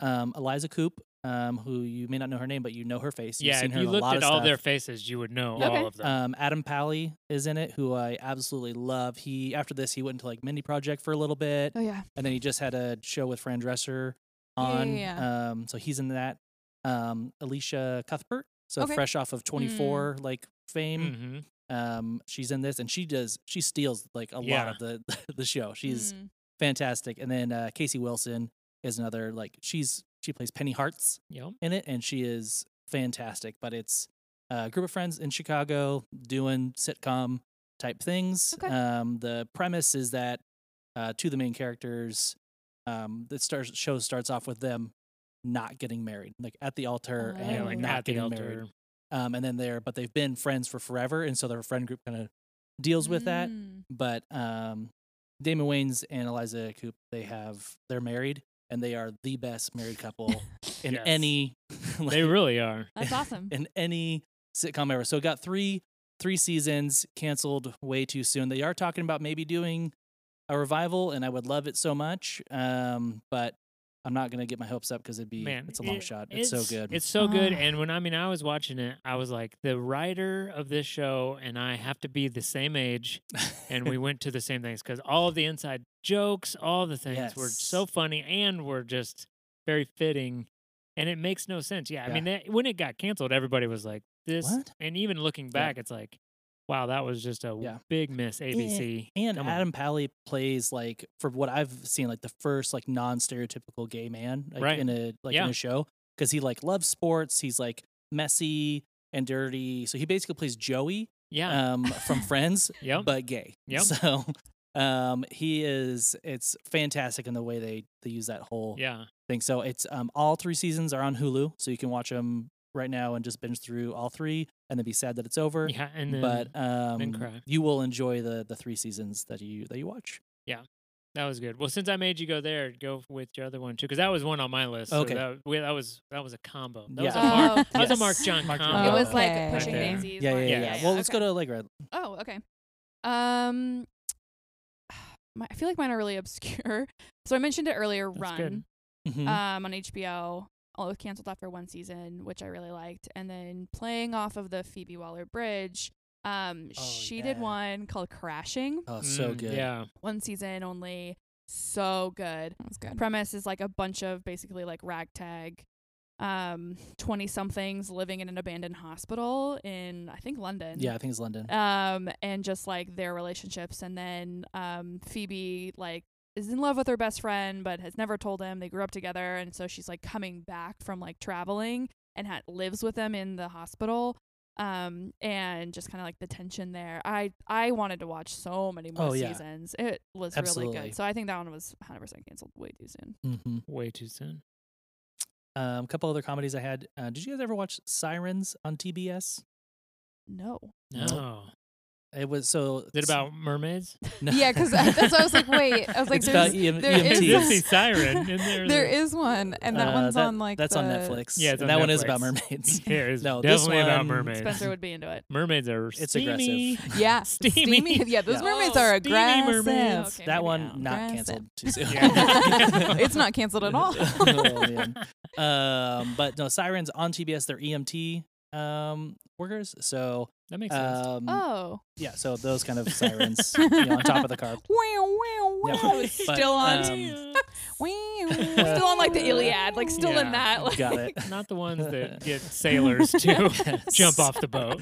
[SPEAKER 3] um, Eliza Coop, um, who you may not know her name, but you know her face. You've
[SPEAKER 1] yeah,
[SPEAKER 3] seen
[SPEAKER 1] if
[SPEAKER 3] her
[SPEAKER 1] you
[SPEAKER 3] in a
[SPEAKER 1] looked
[SPEAKER 3] lot
[SPEAKER 1] at
[SPEAKER 3] of
[SPEAKER 1] all
[SPEAKER 3] stuff.
[SPEAKER 1] their faces, you would know
[SPEAKER 4] Okay.
[SPEAKER 1] all of them.
[SPEAKER 3] Um, Adam Pally is in it, who I absolutely love. He after this he went into like Mindy Project for a little bit,
[SPEAKER 4] Oh yeah.
[SPEAKER 3] and then he just had a show with Fran Dresser
[SPEAKER 2] Yeah, yeah,
[SPEAKER 3] on.
[SPEAKER 2] yeah.
[SPEAKER 3] Um, so he's in that. Um, Alicia Cuthbert, so
[SPEAKER 2] Okay. Mm.
[SPEAKER 3] fresh off of Twenty Four like fame,
[SPEAKER 1] Mhm.
[SPEAKER 3] um she's in this and she does she steals like a
[SPEAKER 1] Yeah.
[SPEAKER 3] lot of the the show she's
[SPEAKER 4] Mm.
[SPEAKER 3] fantastic and then uh casey wilson is another like she's she plays penny hearts
[SPEAKER 1] Yep.
[SPEAKER 3] in it and she is fantastic but it's a group of friends in chicago doing sitcom type things
[SPEAKER 4] Okay.
[SPEAKER 3] um the premise is that uh two of the main characters um the stars show starts off with them not getting married like at the altar
[SPEAKER 4] Oh.
[SPEAKER 1] Yeah,
[SPEAKER 3] and
[SPEAKER 1] like
[SPEAKER 3] not
[SPEAKER 1] at the
[SPEAKER 3] getting
[SPEAKER 1] altar.
[SPEAKER 3] married um, and then they're but they've been friends for forever, and so their friend group kind of deals with that.
[SPEAKER 4] Mm.
[SPEAKER 3] But um, Damon Wayans and Eliza Coop, they have they're married, and they are the best married couple in
[SPEAKER 1] Yes.
[SPEAKER 3] any like,
[SPEAKER 1] They really are.
[SPEAKER 4] That's awesome.
[SPEAKER 3] in any sitcom ever. So it got three three seasons canceled way too soon. They are talking about maybe doing a revival, and I would love it so much. Um, but I'm not gonna get my hopes up because it'd be
[SPEAKER 1] Man,
[SPEAKER 3] it's a long
[SPEAKER 1] it-
[SPEAKER 3] shot. It's, so good.
[SPEAKER 1] It's so good.
[SPEAKER 2] Ah.
[SPEAKER 1] And when I mean I was watching it, I was like, the writer of this show and I have to be the same age, and we went to the same things because all of the inside jokes, all the things were so
[SPEAKER 3] Yes.
[SPEAKER 1] funny and were just very fitting. And it makes no sense. Yeah, I
[SPEAKER 3] Yeah.
[SPEAKER 1] mean, that, when it got canceled, everybody was like, "This."
[SPEAKER 3] What?
[SPEAKER 1] And even looking back, it's like, "Wow, that was just a
[SPEAKER 3] Yeah. Eh,
[SPEAKER 1] big miss." ABC
[SPEAKER 3] and
[SPEAKER 1] Come on.
[SPEAKER 3] Adam Pally plays like for what I've seen like the first like non stereotypical gay man like,
[SPEAKER 1] Right.
[SPEAKER 3] in a like
[SPEAKER 1] Yeah.
[SPEAKER 3] in a show because he like loves sports. He's like messy and dirty. So he basically plays Joey
[SPEAKER 1] Yeah.
[SPEAKER 3] um, from Friends,
[SPEAKER 1] yep.
[SPEAKER 3] but gay.
[SPEAKER 1] Yep.
[SPEAKER 3] So um, he is. It's fantastic in the way they they use that whole
[SPEAKER 1] yeah.
[SPEAKER 3] thing. So it's um, all three seasons are on Hulu, so you can watch them right now and just binge through all three and then be sad that it's over.
[SPEAKER 1] Yeah. And then
[SPEAKER 3] but um,
[SPEAKER 1] cry.
[SPEAKER 3] you will enjoy the the three seasons that you that you watch.
[SPEAKER 1] That was good. Well, since I made you go there, go with your other one too, because that was one on my list. so
[SPEAKER 3] Okay.
[SPEAKER 1] that, we, that was that was a combo. That was a
[SPEAKER 3] Yeah.
[SPEAKER 1] Mark.
[SPEAKER 4] Oh,
[SPEAKER 1] That was a
[SPEAKER 3] Yes.
[SPEAKER 1] Mark John
[SPEAKER 3] Mark John
[SPEAKER 1] combo.
[SPEAKER 4] it was
[SPEAKER 2] Okay.
[SPEAKER 4] like
[SPEAKER 1] Right
[SPEAKER 4] pushing
[SPEAKER 1] there.
[SPEAKER 4] daisies.
[SPEAKER 3] Yeah, yeah,
[SPEAKER 4] like-
[SPEAKER 3] yeah.
[SPEAKER 1] yeah,
[SPEAKER 3] Well, let's
[SPEAKER 4] okay.
[SPEAKER 3] go to Leg Red.
[SPEAKER 4] Oh, okay. Um, my, I feel like mine are really obscure. So I mentioned it earlier.
[SPEAKER 1] That's
[SPEAKER 4] Run.
[SPEAKER 1] good.
[SPEAKER 3] Mhm.
[SPEAKER 2] Uh,
[SPEAKER 4] um, on HBO. Although it canceled after one season, which I really liked, and then playing off of the Phoebe Waller Bridge, um,
[SPEAKER 3] Oh,
[SPEAKER 4] she
[SPEAKER 3] yeah.
[SPEAKER 4] did one called Crashing,
[SPEAKER 3] oh, so
[SPEAKER 1] Mm,
[SPEAKER 3] good.
[SPEAKER 1] Yeah.
[SPEAKER 4] one season only, so good.
[SPEAKER 2] That was good.
[SPEAKER 4] Premise is like a bunch of basically like ragtag, um, twenty somethings living in an abandoned hospital in I think London
[SPEAKER 3] Yeah, I think it's London.
[SPEAKER 2] Uh,
[SPEAKER 4] um and just like their relationships and then um Phoebe like is in love with her best friend but has never told him they grew up together and so she's like coming back from like traveling and ha- lives with them in the hospital um and just kind of like the tension there i i wanted to watch so many more
[SPEAKER 3] Oh, yeah.
[SPEAKER 4] seasons it was really
[SPEAKER 3] Absolutely.
[SPEAKER 4] good so i think that one was 100% canceled way too soon
[SPEAKER 3] hmm
[SPEAKER 1] Way too soon.
[SPEAKER 3] Um, a couple other comedies I had. Uh, did you guys ever watch Sirens on TBS?
[SPEAKER 4] no
[SPEAKER 1] No.
[SPEAKER 3] Nope. It was so.
[SPEAKER 1] Is it
[SPEAKER 3] s-
[SPEAKER 1] about mermaids?
[SPEAKER 3] no.
[SPEAKER 2] Yeah, 'cause I- that's what I was like, wait, I was like,
[SPEAKER 3] it's about
[SPEAKER 2] there's-
[SPEAKER 4] E
[SPEAKER 3] EM-
[SPEAKER 2] there
[SPEAKER 1] It's
[SPEAKER 2] is
[SPEAKER 3] EMTs.
[SPEAKER 2] this-
[SPEAKER 1] Gypsy Siren. And there's
[SPEAKER 2] there
[SPEAKER 1] a-
[SPEAKER 2] is one, and that
[SPEAKER 3] Uh,
[SPEAKER 2] one's
[SPEAKER 3] that-
[SPEAKER 2] on like
[SPEAKER 3] that's on
[SPEAKER 2] the-
[SPEAKER 3] Netflix.
[SPEAKER 1] Yeah, it's
[SPEAKER 3] and
[SPEAKER 1] on
[SPEAKER 3] that one is
[SPEAKER 1] Netflix.
[SPEAKER 3] about mermaids.
[SPEAKER 1] There is
[SPEAKER 3] No, this
[SPEAKER 1] definitely about
[SPEAKER 3] one-
[SPEAKER 1] mermaids.
[SPEAKER 4] spencer would be into it
[SPEAKER 1] Mermaids are
[SPEAKER 3] It's
[SPEAKER 1] steamy.
[SPEAKER 3] aggressive.
[SPEAKER 2] Yeah,
[SPEAKER 1] Steamy.
[SPEAKER 2] steamy. Yeah, those
[SPEAKER 3] Yeah.
[SPEAKER 2] mermaids
[SPEAKER 4] Oh,
[SPEAKER 2] are
[SPEAKER 1] steamy mermaids.
[SPEAKER 2] aggressive.
[SPEAKER 4] Okay,
[SPEAKER 3] that
[SPEAKER 4] maybe
[SPEAKER 3] one
[SPEAKER 4] not.
[SPEAKER 3] not
[SPEAKER 2] Aggressive.
[SPEAKER 3] canceled too soon.
[SPEAKER 1] Yeah.
[SPEAKER 2] it's not canceled at all.
[SPEAKER 3] Oh, man. um, but no, Sirens on TBS. They're EMT um, workers. So
[SPEAKER 1] That makes sense.
[SPEAKER 3] um,
[SPEAKER 4] oh
[SPEAKER 3] yeah, so those kind of sirens you know, on top of the car.
[SPEAKER 2] wow, wow,
[SPEAKER 3] Yeah.
[SPEAKER 2] wow.
[SPEAKER 3] But, uh,
[SPEAKER 4] still on
[SPEAKER 3] um,
[SPEAKER 2] Wow,
[SPEAKER 4] still on like the iliad like still
[SPEAKER 1] Yeah,
[SPEAKER 4] in that like
[SPEAKER 3] got it.
[SPEAKER 1] Not the ones that get sailors to jump off the boat.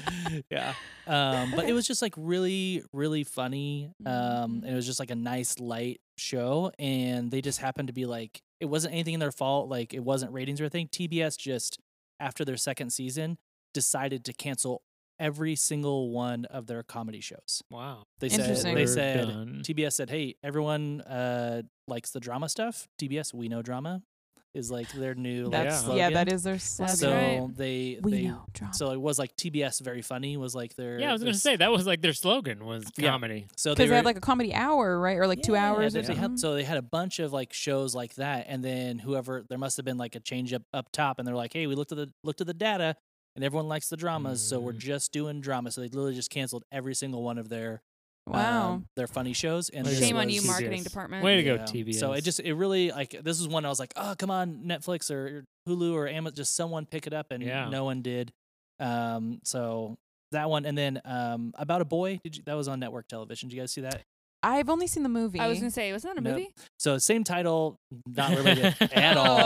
[SPEAKER 3] yeah. Um, but it was just like really, really funny.
[SPEAKER 2] Mm-hmm.
[SPEAKER 3] Um, and it was just like a nice light show. And they just happened to be like, it wasn't anything in their fault. Like it wasn't ratings or anything. TBS just after their second season decided to cancel every single one of their comedy shows.
[SPEAKER 1] Wow.
[SPEAKER 3] They said,
[SPEAKER 2] Interesting.
[SPEAKER 3] they
[SPEAKER 1] We're
[SPEAKER 3] said,
[SPEAKER 1] done.
[SPEAKER 3] TBS said, "Hey, everyone uh, likes the drama stuff. TBS, we know drama, is like their new like
[SPEAKER 1] Yeah.
[SPEAKER 2] That's
[SPEAKER 3] slogan.
[SPEAKER 2] yeah, that is their slogan.
[SPEAKER 3] so
[SPEAKER 4] right.
[SPEAKER 3] they
[SPEAKER 2] we
[SPEAKER 3] they
[SPEAKER 2] know drama.
[SPEAKER 3] so it was like TBS very funny was like their
[SPEAKER 1] Yeah, I was
[SPEAKER 3] their
[SPEAKER 1] going to
[SPEAKER 3] s-
[SPEAKER 1] say that was like their slogan was
[SPEAKER 3] Yeah.
[SPEAKER 1] comedy.
[SPEAKER 2] because
[SPEAKER 3] so Oh, they,
[SPEAKER 2] they,
[SPEAKER 3] were,
[SPEAKER 2] had like a comedy hour, right, or like two
[SPEAKER 3] Yeah,
[SPEAKER 2] hours
[SPEAKER 3] they,
[SPEAKER 2] or
[SPEAKER 3] they
[SPEAKER 2] something.
[SPEAKER 3] had, so they had a bunch of like shows like that, and then whoever there must have been like a change up up top, and they're like, hey, we looked at the looked at the data, and everyone likes the dramas, so we're
[SPEAKER 1] Mm.
[SPEAKER 3] just doing drama. So they literally just canceled every single one of their
[SPEAKER 2] wow,
[SPEAKER 3] um, their funny shows. And
[SPEAKER 1] Way to
[SPEAKER 3] this
[SPEAKER 4] Shame on you,
[SPEAKER 3] was-
[SPEAKER 4] Mark. marketing
[SPEAKER 1] TBS.
[SPEAKER 4] department.
[SPEAKER 1] Way to go,
[SPEAKER 3] Yeah.
[SPEAKER 1] TBS.
[SPEAKER 3] So it just it really like this is when I was like, oh come on, Netflix or Hulu or Amazon, just someone pick it up, and
[SPEAKER 1] Yeah.
[SPEAKER 3] no one did. Um, so that one, and then um, about a boy, did you, that was on network television. Did you guys see that?
[SPEAKER 2] I've only seen the movie.
[SPEAKER 4] i was gonna say wasn't that a
[SPEAKER 3] Nope.
[SPEAKER 4] movie
[SPEAKER 3] So same title, not related at all.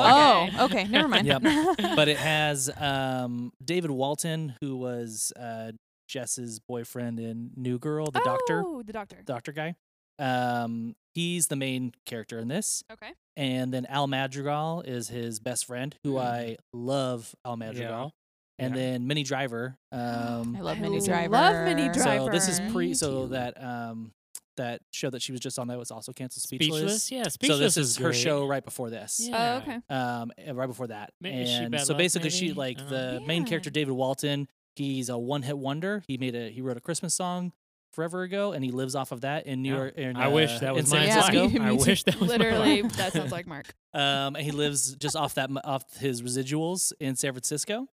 [SPEAKER 2] oh,
[SPEAKER 4] Okay.
[SPEAKER 2] okay. never mind.
[SPEAKER 3] Yep.
[SPEAKER 2] Oh.
[SPEAKER 3] But it has um, David Walton, who was uh, Jess's boyfriend in New Girl, the doctor,
[SPEAKER 4] oh the doctor
[SPEAKER 3] doctor guy. Um, he's the main character in this.
[SPEAKER 4] okay
[SPEAKER 3] and then Al Madrigal is his best friend, who
[SPEAKER 4] Mm.
[SPEAKER 3] I love. Al Madrigal, and
[SPEAKER 1] Yeah.
[SPEAKER 3] then Minnie Driver. Um,
[SPEAKER 2] I love
[SPEAKER 4] I
[SPEAKER 2] Minnie
[SPEAKER 4] love
[SPEAKER 2] Driver.
[SPEAKER 4] Minnie Driver.
[SPEAKER 3] so this is
[SPEAKER 4] Driver.
[SPEAKER 3] pre.
[SPEAKER 2] Me
[SPEAKER 3] So
[SPEAKER 2] too.
[SPEAKER 3] that um, that show that she was just on that was also canceled. Speechless.
[SPEAKER 1] speechless. Yeah, speechless
[SPEAKER 3] So this is, her
[SPEAKER 1] great.
[SPEAKER 3] show right before this.
[SPEAKER 1] Yeah.
[SPEAKER 4] oh okay
[SPEAKER 3] Um, and right before that,
[SPEAKER 1] Ma- is she
[SPEAKER 3] and
[SPEAKER 1] bad
[SPEAKER 3] so
[SPEAKER 1] luck, Uh-huh.
[SPEAKER 3] basically she
[SPEAKER 1] maybe?
[SPEAKER 3] like
[SPEAKER 1] I don't know.
[SPEAKER 3] the main character
[SPEAKER 4] Yeah.
[SPEAKER 3] David Walton. He's a one-hit wonder. He made a he wrote a Christmas song forever ago, and he lives off of that in New
[SPEAKER 1] Yeah.
[SPEAKER 3] York. In,
[SPEAKER 1] I wish
[SPEAKER 3] uh,
[SPEAKER 1] that was
[SPEAKER 3] in San
[SPEAKER 1] my
[SPEAKER 2] Yeah.
[SPEAKER 1] life.
[SPEAKER 3] Francisco.
[SPEAKER 2] Me
[SPEAKER 1] I
[SPEAKER 2] too.
[SPEAKER 1] wish that was my life.
[SPEAKER 4] Literally, that sounds like Mark.
[SPEAKER 3] Um, and he lives just off that mo- off his residuals in San Francisco,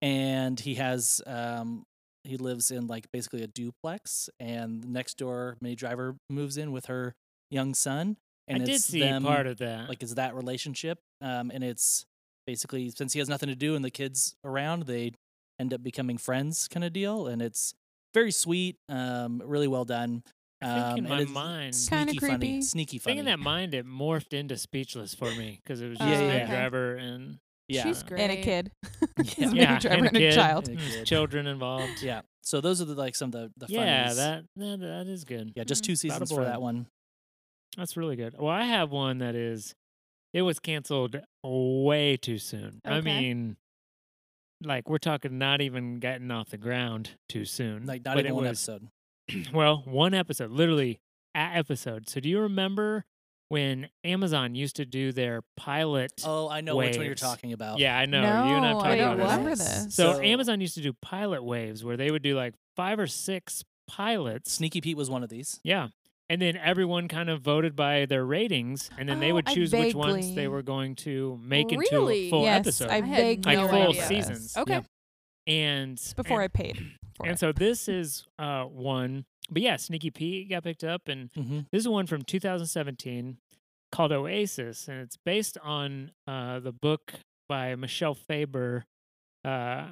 [SPEAKER 3] and he has um, he lives in like basically a duplex, and next door Minnie Driver moves in with her young son, and
[SPEAKER 1] I did
[SPEAKER 3] it's
[SPEAKER 1] see
[SPEAKER 3] them,
[SPEAKER 1] part of that.
[SPEAKER 3] like it's that relationship um, and it's basically since he has nothing to do and the kids around they end up becoming friends kind of deal and it's very sweet um, really well done
[SPEAKER 1] I think in
[SPEAKER 3] um, and
[SPEAKER 1] my
[SPEAKER 3] it's
[SPEAKER 1] mind-
[SPEAKER 3] sneaky
[SPEAKER 2] Kinda
[SPEAKER 3] funny
[SPEAKER 2] creepy.
[SPEAKER 3] sneaky funny
[SPEAKER 1] Thinking that mind, it morphed into speechless for me because it was
[SPEAKER 4] Oh,
[SPEAKER 1] just a
[SPEAKER 4] okay.
[SPEAKER 1] driver and
[SPEAKER 3] yeah
[SPEAKER 4] She's
[SPEAKER 1] Yeah.
[SPEAKER 4] great.
[SPEAKER 2] and a kid.
[SPEAKER 3] Yeah.
[SPEAKER 2] It's a
[SPEAKER 1] yeah,
[SPEAKER 2] driver and a
[SPEAKER 1] kid,
[SPEAKER 2] child.
[SPEAKER 1] and there's
[SPEAKER 3] Kid.
[SPEAKER 1] children involved.
[SPEAKER 3] yeah so those are the like some of the, the
[SPEAKER 1] yeah,
[SPEAKER 3] funnies.
[SPEAKER 1] that, that that is good.
[SPEAKER 3] yeah just
[SPEAKER 4] Mm.
[SPEAKER 3] two seasons for
[SPEAKER 1] boy.
[SPEAKER 3] that one
[SPEAKER 1] That's really good. Well, I have one that is it was canceled way too soon. I
[SPEAKER 4] Okay.
[SPEAKER 1] mean, like we're talking not even getting off the ground too soon.
[SPEAKER 3] like not
[SPEAKER 1] But
[SPEAKER 3] even
[SPEAKER 1] it
[SPEAKER 3] one
[SPEAKER 1] was,
[SPEAKER 3] episode
[SPEAKER 1] Well, one episode, literally a episode. So do you remember when Amazon used to do their pilot?
[SPEAKER 3] oh i know which one you're
[SPEAKER 1] waves.
[SPEAKER 3] talking about
[SPEAKER 1] Yeah, I know. you and I've talked
[SPEAKER 2] I don't
[SPEAKER 1] about this.
[SPEAKER 2] remember
[SPEAKER 4] Yes.
[SPEAKER 2] this.
[SPEAKER 1] So, Amazon used to do pilot waves where they would do like five or six pilots.
[SPEAKER 3] sneaky pete was one of these
[SPEAKER 1] Yeah. And then everyone kind of voted by their ratings, and then they
[SPEAKER 2] Oh,
[SPEAKER 1] would
[SPEAKER 2] I
[SPEAKER 1] choose which ones
[SPEAKER 2] vaguely-
[SPEAKER 1] they were going to make into
[SPEAKER 4] Really?
[SPEAKER 1] a full
[SPEAKER 2] yes,
[SPEAKER 1] episode.
[SPEAKER 2] I
[SPEAKER 4] I had
[SPEAKER 2] vague
[SPEAKER 1] like
[SPEAKER 4] no
[SPEAKER 1] full
[SPEAKER 4] idea.
[SPEAKER 1] seasons.
[SPEAKER 4] Okay.
[SPEAKER 3] Yeah.
[SPEAKER 1] And
[SPEAKER 2] before
[SPEAKER 1] and,
[SPEAKER 2] I paid. For
[SPEAKER 1] And
[SPEAKER 2] it.
[SPEAKER 1] so this is uh, one, but yeah, Sneaky Pete got picked up, and
[SPEAKER 3] mm-hmm.
[SPEAKER 1] this is one from 2017 called Oasis, and it's based on uh, the book by Michelle Faber. Uh,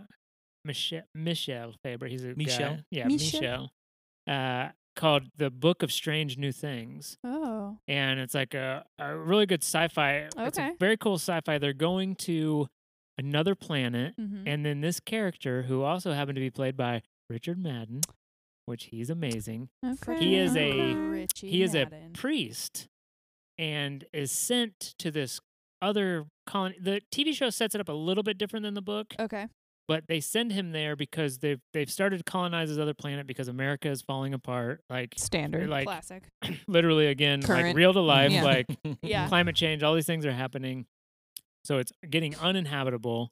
[SPEAKER 1] Michelle, Michelle Faber. He's a
[SPEAKER 3] Michel?
[SPEAKER 1] guy. Yeah,
[SPEAKER 2] Michel?
[SPEAKER 1] Michelle. Uh, called The Book of Strange New Things.
[SPEAKER 4] Oh.
[SPEAKER 1] And it's like a, a really good sci fi. It's a
[SPEAKER 4] Okay.
[SPEAKER 1] very cool sci fi. They're going to another planet.
[SPEAKER 4] Mm-hmm.
[SPEAKER 1] And then this character, who also happened to be played by Richard Madden, which he's amazing,
[SPEAKER 2] He
[SPEAKER 1] is
[SPEAKER 4] Oh,
[SPEAKER 2] a-
[SPEAKER 4] Richie
[SPEAKER 1] he is a
[SPEAKER 4] Madden.
[SPEAKER 1] priest and is sent to this other colony. The TV show sets it up a little bit different than the book,
[SPEAKER 4] okay.
[SPEAKER 1] but they send him there because they've they've started to colonize this other planet because America is falling apart. Like
[SPEAKER 2] standard.
[SPEAKER 1] like
[SPEAKER 4] Classic.
[SPEAKER 1] literally again, like
[SPEAKER 2] Current.
[SPEAKER 1] real to life,
[SPEAKER 2] Yeah.
[SPEAKER 1] like
[SPEAKER 4] Yeah.
[SPEAKER 1] climate change, all these things are happening. So it's getting uninhabitable.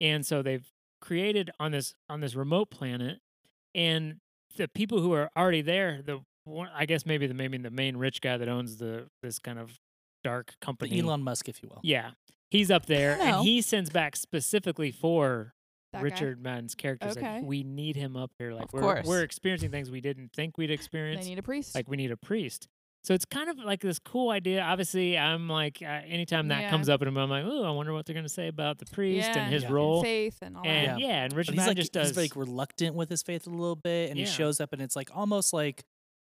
[SPEAKER 1] And so they've created on this on this remote planet and the people who are already there, the one, I guess maybe the maybe the main rich guy that owns the this kind of dark
[SPEAKER 3] The
[SPEAKER 1] company.
[SPEAKER 3] elon musk if you will
[SPEAKER 1] Yeah. He's up there
[SPEAKER 2] Hello.
[SPEAKER 1] and he sends back specifically for
[SPEAKER 4] That guy.
[SPEAKER 1] Richard Madden's characters.
[SPEAKER 4] Okay.
[SPEAKER 1] Like we need him up here. Like
[SPEAKER 2] Of
[SPEAKER 1] we're
[SPEAKER 2] course.
[SPEAKER 1] we're experiencing things we didn't think we'd
[SPEAKER 4] They
[SPEAKER 1] experience
[SPEAKER 4] need a priest.
[SPEAKER 1] like we need a priest so it's kind of like this cool idea obviously i'm like uh, anytime that
[SPEAKER 4] Yeah.
[SPEAKER 1] comes up in a moment i'm like oh i wonder what they're going to say about the priest
[SPEAKER 4] Yeah.
[SPEAKER 1] and his
[SPEAKER 3] Yeah.
[SPEAKER 1] role
[SPEAKER 4] faith and all
[SPEAKER 1] and yeah.
[SPEAKER 4] that.
[SPEAKER 1] and
[SPEAKER 3] But
[SPEAKER 1] richard
[SPEAKER 3] he's
[SPEAKER 1] Madden
[SPEAKER 3] like
[SPEAKER 1] just
[SPEAKER 3] he's
[SPEAKER 1] does
[SPEAKER 3] like reluctant with his faith a little bit, and he
[SPEAKER 1] Yeah.
[SPEAKER 3] shows up, and it's like almost like,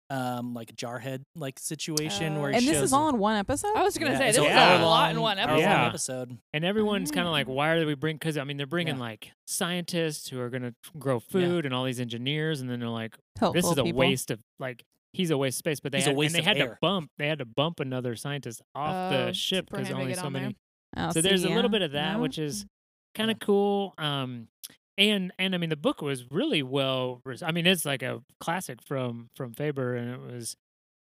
[SPEAKER 3] um, like a Jarhead like situation where
[SPEAKER 4] Oh.
[SPEAKER 3] he
[SPEAKER 2] and
[SPEAKER 3] shows
[SPEAKER 2] this is all in one episode.
[SPEAKER 4] I was gonna
[SPEAKER 3] Yeah,
[SPEAKER 4] say
[SPEAKER 3] it's
[SPEAKER 4] this
[SPEAKER 3] an
[SPEAKER 4] is
[SPEAKER 1] Yeah.
[SPEAKER 4] a lot in
[SPEAKER 3] hour-long-
[SPEAKER 4] one
[SPEAKER 3] hour-long
[SPEAKER 4] episode.
[SPEAKER 1] Yeah.
[SPEAKER 3] episode.
[SPEAKER 1] and everyone's kind of like
[SPEAKER 4] Mm.
[SPEAKER 1] why do we bring because i mean they're bringing
[SPEAKER 3] Yeah.
[SPEAKER 1] like scientists who are going to grow food and all these engineers and then they're like
[SPEAKER 2] Helpful
[SPEAKER 1] this is a
[SPEAKER 2] people.
[SPEAKER 1] waste of like he's a waste of space but they
[SPEAKER 3] He's a
[SPEAKER 1] had, and
[SPEAKER 3] waste
[SPEAKER 1] they
[SPEAKER 3] of
[SPEAKER 1] had
[SPEAKER 3] air.
[SPEAKER 1] to bump they had to bump another scientist off
[SPEAKER 4] Oh,
[SPEAKER 1] the ship
[SPEAKER 4] for
[SPEAKER 1] because
[SPEAKER 4] him to
[SPEAKER 1] only
[SPEAKER 4] get
[SPEAKER 1] so
[SPEAKER 4] on there.
[SPEAKER 1] many
[SPEAKER 2] Oh,
[SPEAKER 1] so there's
[SPEAKER 2] see,
[SPEAKER 1] a little
[SPEAKER 2] yeah.
[SPEAKER 1] bit of that
[SPEAKER 2] No?
[SPEAKER 1] which is kind of cool um and and i mean the book was really well re- i mean it's like a classic from from faber and it was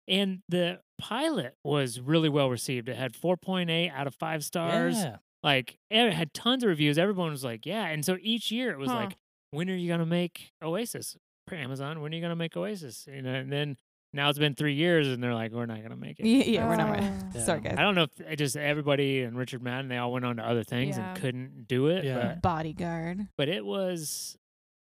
[SPEAKER 1] and the pilot was really well received it had 4.8 out of 5 stars
[SPEAKER 3] Yeah.
[SPEAKER 1] like it had tons of reviews everyone was like yeah and so each year it was
[SPEAKER 4] Huh.
[SPEAKER 1] like when are you going to make oasis for amazon when are you going to make oasis you know and then now it's been 3 years and they're like we're not going to make it
[SPEAKER 2] Yeah, yeah, we're not ready.
[SPEAKER 4] Oh.
[SPEAKER 2] Sorry,
[SPEAKER 1] I
[SPEAKER 2] guys.
[SPEAKER 1] don't know if it just everybody and Richard Madden, they all went on to other things
[SPEAKER 4] Yeah.
[SPEAKER 1] and couldn't do it.
[SPEAKER 3] Yeah.
[SPEAKER 1] But,
[SPEAKER 2] Bodyguard.
[SPEAKER 1] but it was,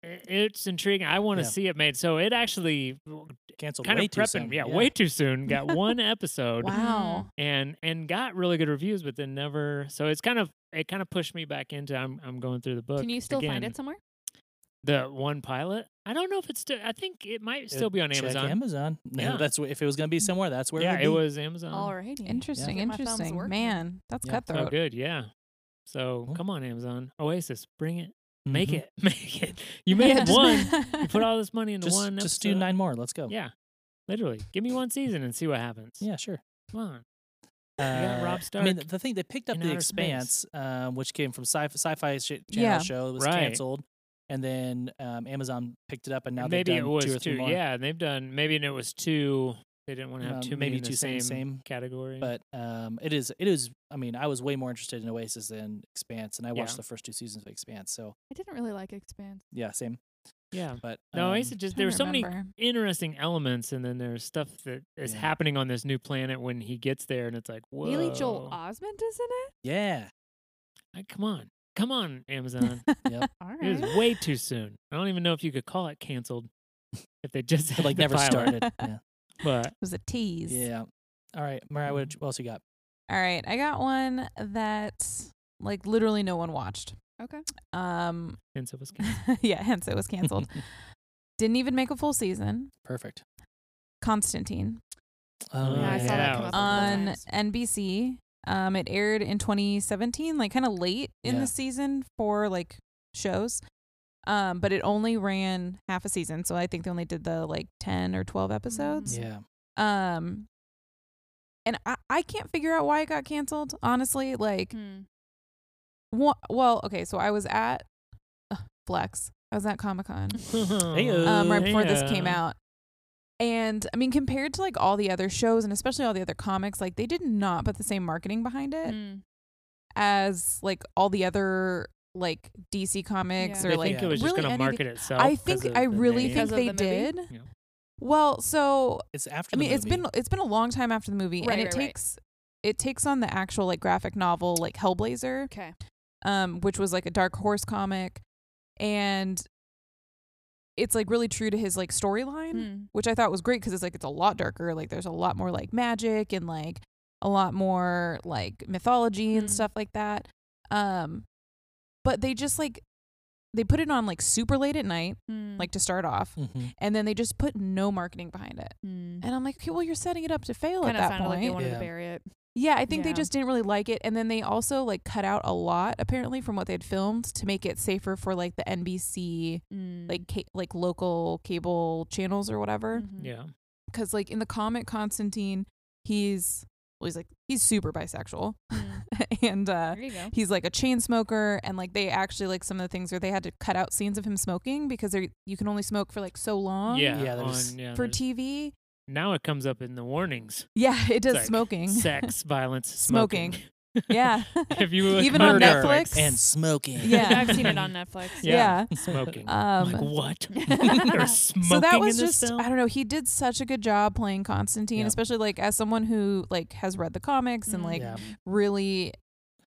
[SPEAKER 1] i- it's intriguing. I want to
[SPEAKER 3] Yeah.
[SPEAKER 1] see it made. So it actually w-
[SPEAKER 3] Canceled
[SPEAKER 1] kind
[SPEAKER 3] way
[SPEAKER 1] of
[SPEAKER 3] too
[SPEAKER 1] prepping,
[SPEAKER 3] soon.
[SPEAKER 1] yeah, way too soon. Got one episode
[SPEAKER 2] Wow.
[SPEAKER 1] and and got really good reviews, but then never. So it's kind of it kind of pushed me back into I'm I'm going through the book.
[SPEAKER 4] Can you still find
[SPEAKER 1] again.
[SPEAKER 4] it somewhere?
[SPEAKER 1] The one pilot. I don't know if it's still. I think it might still be on
[SPEAKER 3] Check
[SPEAKER 1] Amazon.
[SPEAKER 3] Amazon. No,
[SPEAKER 1] Yeah.
[SPEAKER 3] that's wh- if it was gonna be somewhere. That's where.
[SPEAKER 1] yeah,
[SPEAKER 3] it,
[SPEAKER 1] it
[SPEAKER 3] would
[SPEAKER 1] was Amazon.
[SPEAKER 4] All right.
[SPEAKER 2] Interesting.
[SPEAKER 4] Get my thumbs
[SPEAKER 2] Interesting.
[SPEAKER 4] working.
[SPEAKER 2] Man, that's
[SPEAKER 3] Yeah.
[SPEAKER 1] So
[SPEAKER 2] cutthroat.
[SPEAKER 1] good, yeah. So
[SPEAKER 3] Cool.
[SPEAKER 1] come on, Amazon, Oasis, bring it.
[SPEAKER 3] be.
[SPEAKER 1] Make
[SPEAKER 3] Mhm.
[SPEAKER 1] it. Make it. You made it one. You put all this money into
[SPEAKER 3] Just,
[SPEAKER 1] one.
[SPEAKER 3] just do
[SPEAKER 1] episode.
[SPEAKER 3] nine more. Let's go.
[SPEAKER 1] Yeah. Literally. Give me one season and see what happens.
[SPEAKER 3] Yeah, sure.
[SPEAKER 1] Come on.
[SPEAKER 3] Uh,
[SPEAKER 1] got Rob
[SPEAKER 3] I mean,
[SPEAKER 1] Stark
[SPEAKER 3] the thing they picked up
[SPEAKER 1] in
[SPEAKER 3] the
[SPEAKER 1] outer space.
[SPEAKER 3] Expanse, um, which came from Sci- Sci-Fi sh- Channel
[SPEAKER 2] Yeah.
[SPEAKER 3] show, it was
[SPEAKER 1] Right.
[SPEAKER 3] canceled, and then um, Amazon picked it up, and now
[SPEAKER 1] And maybe
[SPEAKER 3] they've
[SPEAKER 1] it
[SPEAKER 3] done
[SPEAKER 1] was
[SPEAKER 3] two or
[SPEAKER 1] two.
[SPEAKER 3] three more.
[SPEAKER 1] Yeah, and they've done maybe and it was two. They didn't want to have
[SPEAKER 3] Um,
[SPEAKER 1] too many
[SPEAKER 3] maybe
[SPEAKER 1] in the
[SPEAKER 3] two same-
[SPEAKER 1] same,
[SPEAKER 3] same,
[SPEAKER 1] category.
[SPEAKER 3] but um, it is it is. I mean, I was way more interested in Oasis than Expanse, and I watched
[SPEAKER 1] Yeah.
[SPEAKER 3] the first two seasons of Expanse. So
[SPEAKER 4] I didn't really like Expanse.
[SPEAKER 3] yeah, same.
[SPEAKER 1] yeah.
[SPEAKER 3] But
[SPEAKER 1] No,
[SPEAKER 3] um,
[SPEAKER 1] Oasis just there were so many interesting elements and then there's stuff that is
[SPEAKER 3] Yeah.
[SPEAKER 1] happening on this new planet when he gets there and it's like, whoa.
[SPEAKER 4] Haley Joel Osment is in it.
[SPEAKER 3] Yeah,
[SPEAKER 1] Like, come on. Come on, Amazon.
[SPEAKER 4] All right.
[SPEAKER 1] It was way too soon. I don't even know if you could call it canceled if they just
[SPEAKER 3] it,
[SPEAKER 1] had
[SPEAKER 3] like
[SPEAKER 1] the
[SPEAKER 3] never
[SPEAKER 1] pilot.
[SPEAKER 3] started. Yeah.
[SPEAKER 1] But
[SPEAKER 2] was a tease.
[SPEAKER 3] yeah. All right, Mariah,
[SPEAKER 1] Mm-hmm.
[SPEAKER 3] what, what else you got?
[SPEAKER 2] All right, I got one that like literally no one watched.
[SPEAKER 4] Okay.
[SPEAKER 2] Um,
[SPEAKER 1] And so was Ken.
[SPEAKER 2] yeah, hence it was canceled. Didn't even make a full season.
[SPEAKER 3] Perfect.
[SPEAKER 2] Constantine
[SPEAKER 1] Oh,
[SPEAKER 4] yeah, I saw
[SPEAKER 1] yeah.
[SPEAKER 2] Um,
[SPEAKER 3] Um,
[SPEAKER 4] that come up a couple
[SPEAKER 2] on
[SPEAKER 4] times.
[SPEAKER 2] NBC. Um, it aired in 2017, like kind of late in
[SPEAKER 3] Yeah.
[SPEAKER 2] the season for like shows. Um, but it only ran half a season, so I think they only did the like 10 or 12 episodes.
[SPEAKER 3] Yeah.
[SPEAKER 2] Um, and I, I can't figure out why it got canceled. Honestly, like
[SPEAKER 4] Hmm.
[SPEAKER 2] One, well, okay, so I was at uh, Flex. I was at Comic Con
[SPEAKER 3] Heyo.
[SPEAKER 2] um, right before this
[SPEAKER 1] Yeah.
[SPEAKER 2] came out, and I mean, compared to like all the other shows and especially all the other comics, like they did not put the same marketing behind it
[SPEAKER 4] Hmm.
[SPEAKER 2] as like all the other like DC comics
[SPEAKER 4] Yeah.
[SPEAKER 2] or
[SPEAKER 1] They
[SPEAKER 2] like
[SPEAKER 1] think it was just
[SPEAKER 2] really
[SPEAKER 1] going to market
[SPEAKER 2] anything.
[SPEAKER 1] itself.
[SPEAKER 2] I
[SPEAKER 1] 'cause
[SPEAKER 2] think
[SPEAKER 1] of
[SPEAKER 2] I
[SPEAKER 1] the
[SPEAKER 2] really
[SPEAKER 1] name.
[SPEAKER 2] think
[SPEAKER 4] Because of
[SPEAKER 2] they
[SPEAKER 4] the movie?
[SPEAKER 2] did.
[SPEAKER 1] Yeah.
[SPEAKER 2] Well, so
[SPEAKER 3] It's after.
[SPEAKER 2] I mean,
[SPEAKER 3] the
[SPEAKER 2] it's been it's been a long time after the movie,
[SPEAKER 4] Right,
[SPEAKER 2] and it
[SPEAKER 4] right, right.
[SPEAKER 2] takes it takes on the actual like graphic novel like Hellblazer
[SPEAKER 4] Okay.
[SPEAKER 2] um, which was like a dark horse comic, and it's like really true to his like storyline,
[SPEAKER 4] Hmm.
[SPEAKER 2] which I thought was great because it's like it's a lot darker. Like there's a lot more like magic and like a lot more like mythology and
[SPEAKER 4] Mhm.
[SPEAKER 2] stuff like that. Um, but they just like they put it on like super late at night,
[SPEAKER 4] Hmm.
[SPEAKER 2] like to start off,
[SPEAKER 3] hmm
[SPEAKER 2] and then they just put no marketing behind it.
[SPEAKER 4] Hmm.
[SPEAKER 2] And I'm like, okay, well you're setting it up to fail
[SPEAKER 4] Kind of
[SPEAKER 2] Mm. at that
[SPEAKER 4] sounded
[SPEAKER 2] point.
[SPEAKER 4] like they wanted
[SPEAKER 3] Yeah.
[SPEAKER 4] to bury it.
[SPEAKER 2] Yeah, I think
[SPEAKER 4] Yeah.
[SPEAKER 2] they just didn't really like it. And then they also like cut out a lot apparently from what they'd filmed to make it safer for like the NBC
[SPEAKER 4] Hmm.
[SPEAKER 2] like ca- like local cable channels or whatever.
[SPEAKER 4] Mhm.
[SPEAKER 1] Yeah.
[SPEAKER 2] Because like in the comic Constantine, he's well, he's like he's super bisexual
[SPEAKER 4] Hmm.
[SPEAKER 2] and uh
[SPEAKER 4] There you go.
[SPEAKER 2] he's like a chain smoker and like they actually like some of the things where they had to cut out scenes of him smoking because they you can only smoke for like so long
[SPEAKER 1] yeah.
[SPEAKER 3] yeah,
[SPEAKER 1] on,
[SPEAKER 3] there's-
[SPEAKER 1] yeah,
[SPEAKER 2] for
[SPEAKER 1] there's-
[SPEAKER 2] TV.
[SPEAKER 1] now it comes up in the warnings.
[SPEAKER 2] Yeah, it does
[SPEAKER 1] like
[SPEAKER 2] smoking.
[SPEAKER 1] Sex, violence,
[SPEAKER 2] Smoking.
[SPEAKER 1] smoking.
[SPEAKER 2] yeah.
[SPEAKER 1] if you look
[SPEAKER 2] Even on
[SPEAKER 1] murder,
[SPEAKER 2] Netflix?
[SPEAKER 3] and smoking.
[SPEAKER 2] Yeah.
[SPEAKER 4] I've seen it on Netflix.
[SPEAKER 1] Yeah.
[SPEAKER 2] yeah.
[SPEAKER 1] smoking.
[SPEAKER 2] Um
[SPEAKER 1] I'm like what? There's smoking
[SPEAKER 2] so that was
[SPEAKER 1] in this
[SPEAKER 2] just
[SPEAKER 1] film?
[SPEAKER 2] i don't know he did such a good job playing constantine
[SPEAKER 3] Yeah.
[SPEAKER 2] especially like as someone who like has read the comics and
[SPEAKER 4] Mm.
[SPEAKER 2] like
[SPEAKER 3] Yeah.
[SPEAKER 2] really